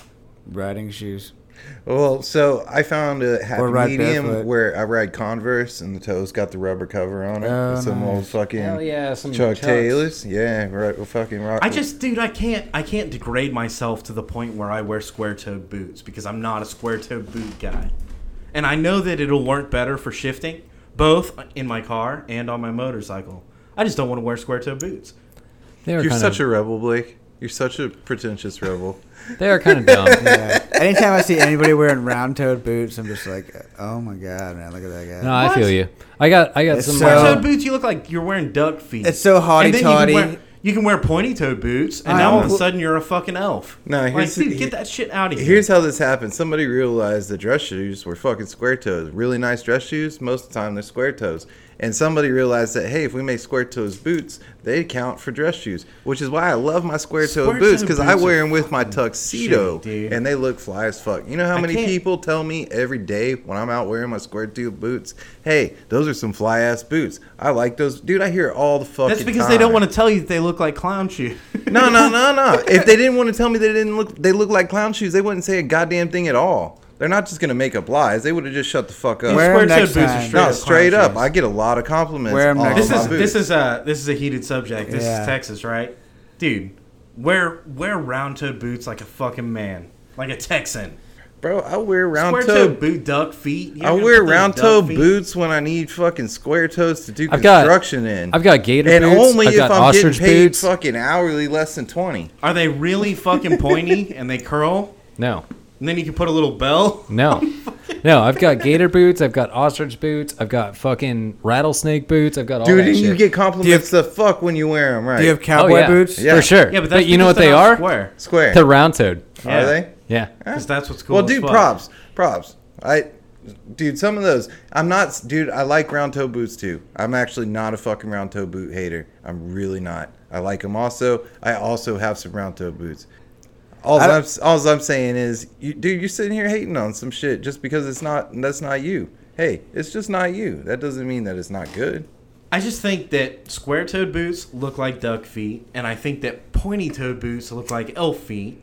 Speaker 3: riding shoes.
Speaker 2: Well, so I found a happy
Speaker 3: Or ride
Speaker 2: medium
Speaker 3: barefoot.
Speaker 2: where I ride Converse and the toes got the rubber cover on it.
Speaker 3: Oh,
Speaker 2: with some old
Speaker 3: nice.
Speaker 2: fucking
Speaker 1: Hell yeah, some
Speaker 2: Chuck
Speaker 1: Chucks.
Speaker 2: Taylors. Yeah, right, fucking rock.
Speaker 4: I just, dude, I can't, I can't degrade myself to the point where I wear square-toed boots because I'm not a square-toed boot guy. And I know that it'll work better for shifting, both in my car and on my motorcycle. I just don't want to wear square-toed boots.
Speaker 1: they are
Speaker 2: You're
Speaker 1: kind
Speaker 2: such
Speaker 1: of
Speaker 2: a rebel, Blake. You're such a pretentious rebel.
Speaker 1: they are kind of dumb.
Speaker 3: Yeah. Anytime I see anybody wearing round-toed boots, I'm just like, oh my god, man, look at that guy.
Speaker 1: No, I
Speaker 4: What?
Speaker 1: feel you. I got I got
Speaker 3: It's
Speaker 1: some.
Speaker 3: so-
Speaker 1: uh,
Speaker 4: Square-toed boots, you look like you're wearing duck feet.
Speaker 3: It's so
Speaker 4: And then
Speaker 3: haughty-taughty.
Speaker 4: You can, wear, you can wear pointy-toed boots, and
Speaker 3: I
Speaker 4: now all of a
Speaker 3: don't-
Speaker 4: sudden you're a fucking elf.
Speaker 2: No,
Speaker 4: like,
Speaker 2: here's the-
Speaker 4: dude, get that shit out of here.
Speaker 2: Here's how this happened. Somebody realized the dress shoes were fucking square toes. Really nice dress shoes, most of the time they're square toes. And somebody realized that hey, if we make square toes boots, they count for dress shoes, which is why I love my square toe
Speaker 4: Square-toed
Speaker 2: boots because I
Speaker 4: boots
Speaker 2: wear
Speaker 4: are
Speaker 2: them with my
Speaker 4: fucking
Speaker 2: tuxedo,
Speaker 4: shitty, dude.
Speaker 2: and they look fly as fuck. You know how
Speaker 4: I
Speaker 2: many
Speaker 4: can't-
Speaker 2: people tell me every day when I'm out wearing my square toe boots, hey, those are some fly ass boots. I like those, dude. I hear it all the fucking.
Speaker 4: That's because they don't
Speaker 2: time.
Speaker 4: want to tell you that they look like clown shoes.
Speaker 2: No, no, no, no. If they didn't want to tell me they didn't look, they look like clown shoes. They wouldn't say a goddamn thing at all. They're not just gonna make up lies. They would have just shut the fuck up.
Speaker 3: Wear
Speaker 4: Square
Speaker 3: 'em
Speaker 4: tip
Speaker 3: next
Speaker 4: boots are
Speaker 3: time.
Speaker 4: straight
Speaker 2: no,
Speaker 4: up
Speaker 2: straight
Speaker 4: clown
Speaker 2: up.
Speaker 4: shoes.
Speaker 2: I get a lot of compliments.
Speaker 3: Wear 'em
Speaker 2: on
Speaker 3: next
Speaker 4: This
Speaker 2: my
Speaker 3: time.
Speaker 4: is
Speaker 2: boots.
Speaker 4: this is a this is a heated subject. This
Speaker 3: Yeah.
Speaker 4: is Texas, right? Dude, wear wear round toed boots like a fucking man, like a Texan.
Speaker 2: bro. I wear round
Speaker 4: Square toed
Speaker 2: toe.
Speaker 4: boot duck feet. You
Speaker 2: I
Speaker 4: ever been
Speaker 2: wear
Speaker 4: to the
Speaker 2: round
Speaker 4: duck
Speaker 2: toe
Speaker 4: feet?
Speaker 2: boots when I need fucking square toes to do
Speaker 1: I've got-
Speaker 2: construction in.
Speaker 1: I've got gator
Speaker 2: and
Speaker 1: boots.
Speaker 2: only
Speaker 1: I've
Speaker 2: if
Speaker 1: got
Speaker 2: I'm getting
Speaker 1: ostrich
Speaker 2: paid
Speaker 1: boots.
Speaker 2: fucking hourly less than twenty.
Speaker 4: Are they really fucking pointy and they curl?
Speaker 1: No,
Speaker 4: And then you can put a little bell.
Speaker 1: no, no. I've got gator boots. I've got ostrich boots. I've got fucking rattlesnake boots. I've got all
Speaker 2: Dude,
Speaker 1: that
Speaker 2: and
Speaker 1: shit.
Speaker 2: you get compliments the fuck when you wear them, right?
Speaker 3: Do you have
Speaker 1: oh,
Speaker 3: cowboy
Speaker 1: yeah.
Speaker 3: boots?
Speaker 2: Yeah.
Speaker 1: for sure.
Speaker 4: Yeah, but that's
Speaker 1: you know
Speaker 4: because
Speaker 1: what they
Speaker 4: they're not
Speaker 1: are?
Speaker 4: Square.
Speaker 2: square?
Speaker 1: They're round toed.
Speaker 4: Yeah.
Speaker 2: Are they?
Speaker 1: Yeah.
Speaker 4: Because that's what's cool.
Speaker 2: Well,
Speaker 4: as
Speaker 2: dude,
Speaker 4: fuck.
Speaker 2: props, props. I, dude, some of those. I'm not, dude. I like round toe boots too. I'm actually not a fucking round toe boot hater. I'm really not. I like them also. I also have some round toe boots. All
Speaker 3: I-
Speaker 2: I'm, all I'm saying is, you, dude, you're sitting here hating on some shit just because it's not. That's not you. Hey, it's just not you. That doesn't mean that it's not good.
Speaker 4: I just think that square toed boots look like duck feet, and I think that pointy toed boots look like elf feet,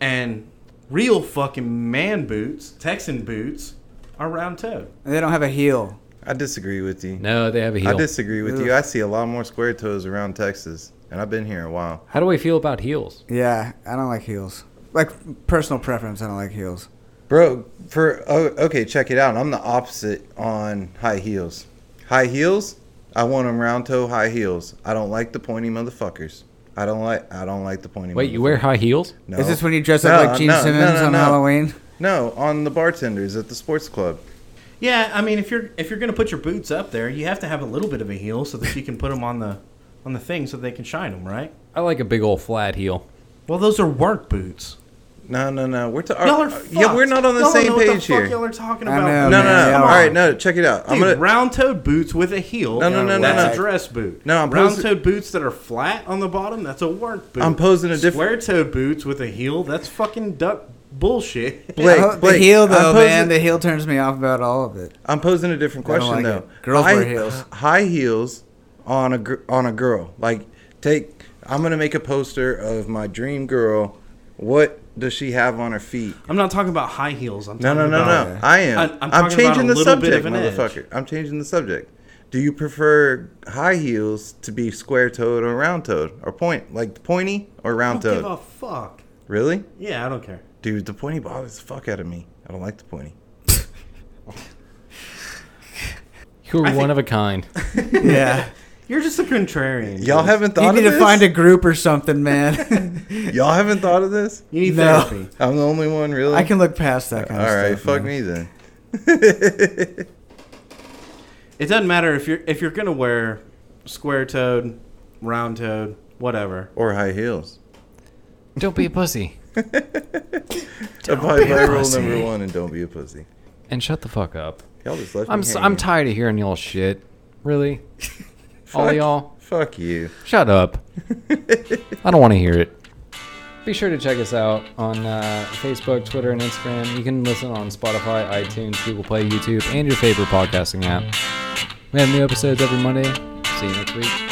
Speaker 4: and real fucking man boots, Texan boots, are round toed.
Speaker 3: And They don't have a heel.
Speaker 2: I disagree with you.
Speaker 1: No, they have a heel.
Speaker 2: I disagree with you. I see a lot more square toes around Texas, and I've been here a while.
Speaker 1: How do we feel about heels?
Speaker 3: Yeah, I don't like heels. Like personal preference, I don't like heels.
Speaker 2: Bro, for oh, okay, check it out. I'm the opposite on high heels. High heels, I want them round toe high heels. I don't like the pointy motherfuckers. I don't like I don't like the pointy.
Speaker 1: Wait, you wear
Speaker 2: motherfuckers.
Speaker 1: high heels?
Speaker 2: No.
Speaker 3: Is this when you dress up
Speaker 2: No,
Speaker 3: like Gene
Speaker 2: no, no,
Speaker 3: Simmons
Speaker 2: no,
Speaker 3: on
Speaker 2: no.
Speaker 3: Halloween?
Speaker 2: No, on the bartenders at the sports club.
Speaker 4: Yeah, I mean, if you're if you're gonna put your boots up there, you have to have a little bit of a heel so that you can put them on the on the thing so they can shine them, right?
Speaker 1: I like a big old flat heel.
Speaker 4: Well, those are work boots.
Speaker 2: No, no, no. We're talking.
Speaker 4: Y'all are
Speaker 2: yeah, we're
Speaker 4: fucked.
Speaker 2: not on the
Speaker 4: Y'all don't
Speaker 2: same
Speaker 4: know what
Speaker 2: page
Speaker 4: the
Speaker 2: here.
Speaker 4: Fuck y'all
Speaker 2: No,
Speaker 4: are talking
Speaker 3: I
Speaker 4: about?
Speaker 2: no,
Speaker 3: know,
Speaker 2: no.
Speaker 3: man. Yeah.
Speaker 2: All right, no. Check it out. I'm
Speaker 4: Dude,
Speaker 2: gonna.
Speaker 4: round-toed boots with a heel.
Speaker 2: No, no, no, no,
Speaker 4: That's
Speaker 2: no.
Speaker 4: a dress boot.
Speaker 2: No, I'm posing-
Speaker 4: round-toed boots that are flat on the bottom. That's a work boot.
Speaker 2: I'm posing a diff-
Speaker 4: Square-toed boots with a heel. That's fucking duck bullshit.
Speaker 2: Blake,
Speaker 3: I hope- the
Speaker 2: Blake,
Speaker 3: heel
Speaker 2: I'm
Speaker 3: though,
Speaker 2: posing-
Speaker 3: man, the heel turns me off about all of it.
Speaker 2: I'm posing a different
Speaker 3: I don't
Speaker 2: question
Speaker 3: like
Speaker 2: though.
Speaker 3: it. Girls
Speaker 2: high,
Speaker 3: wear heels.
Speaker 2: High heels on a gr- on a girl. Like take. I'm gonna make a poster of my dream girl. What does she have on her feet?
Speaker 4: I'm not talking about high heels. I'm
Speaker 2: No,
Speaker 4: talking
Speaker 2: no, no,
Speaker 4: about,
Speaker 2: no. I am.
Speaker 4: I- I'm
Speaker 2: I'm,
Speaker 4: talking about
Speaker 2: changing
Speaker 4: a
Speaker 2: the
Speaker 4: little bit
Speaker 2: subject,
Speaker 4: of an edge.
Speaker 2: motherfucker. I'm changing the subject. Do you prefer high heels to be square toed or round toed or point like pointy or
Speaker 4: I
Speaker 2: round
Speaker 4: don't give
Speaker 2: toed?
Speaker 4: a fuck.
Speaker 2: Really,
Speaker 4: Yeah, I don't care.
Speaker 2: dude? The pointy bothers the fuck out of me. I don't like the pointy.
Speaker 1: You're
Speaker 4: I
Speaker 1: one
Speaker 4: think-
Speaker 1: of a kind.
Speaker 3: Yeah,
Speaker 4: You're just a contrarian.
Speaker 2: Y'all
Speaker 4: dude.
Speaker 2: haven't
Speaker 3: you
Speaker 2: thought
Speaker 3: need
Speaker 2: of
Speaker 3: to
Speaker 2: this.
Speaker 3: find a group or something, man.
Speaker 2: Y'all haven't thought of this.
Speaker 4: You need
Speaker 3: No.
Speaker 4: therapy.
Speaker 2: I'm the only one, really.
Speaker 3: I can look past that kind
Speaker 2: All
Speaker 3: of
Speaker 2: right,
Speaker 3: stuff.
Speaker 2: fuck
Speaker 3: man.
Speaker 2: me then.
Speaker 4: It doesn't matter if you're if you're gonna wear square-toed, round-toed, whatever.
Speaker 2: Or high heels.
Speaker 1: Don't be a pussy.
Speaker 2: Abide
Speaker 1: be a
Speaker 2: by rule
Speaker 1: pussy.
Speaker 2: number one and don't be a pussy.
Speaker 1: And shut the fuck up.
Speaker 2: Y'all just left
Speaker 1: I'm
Speaker 2: me
Speaker 1: s
Speaker 2: hanging.
Speaker 1: am tired of hearing y'all shit. Really? All
Speaker 2: Fuck-
Speaker 1: y'all,
Speaker 2: Fuck you.
Speaker 1: shut up. I don't want to hear it. Be sure to check us out on uh, Facebook, Twitter, and Instagram. You can listen on Spotify, iTunes, Google Play, YouTube, and your favorite podcasting app. We have new episodes every Monday. See you next week.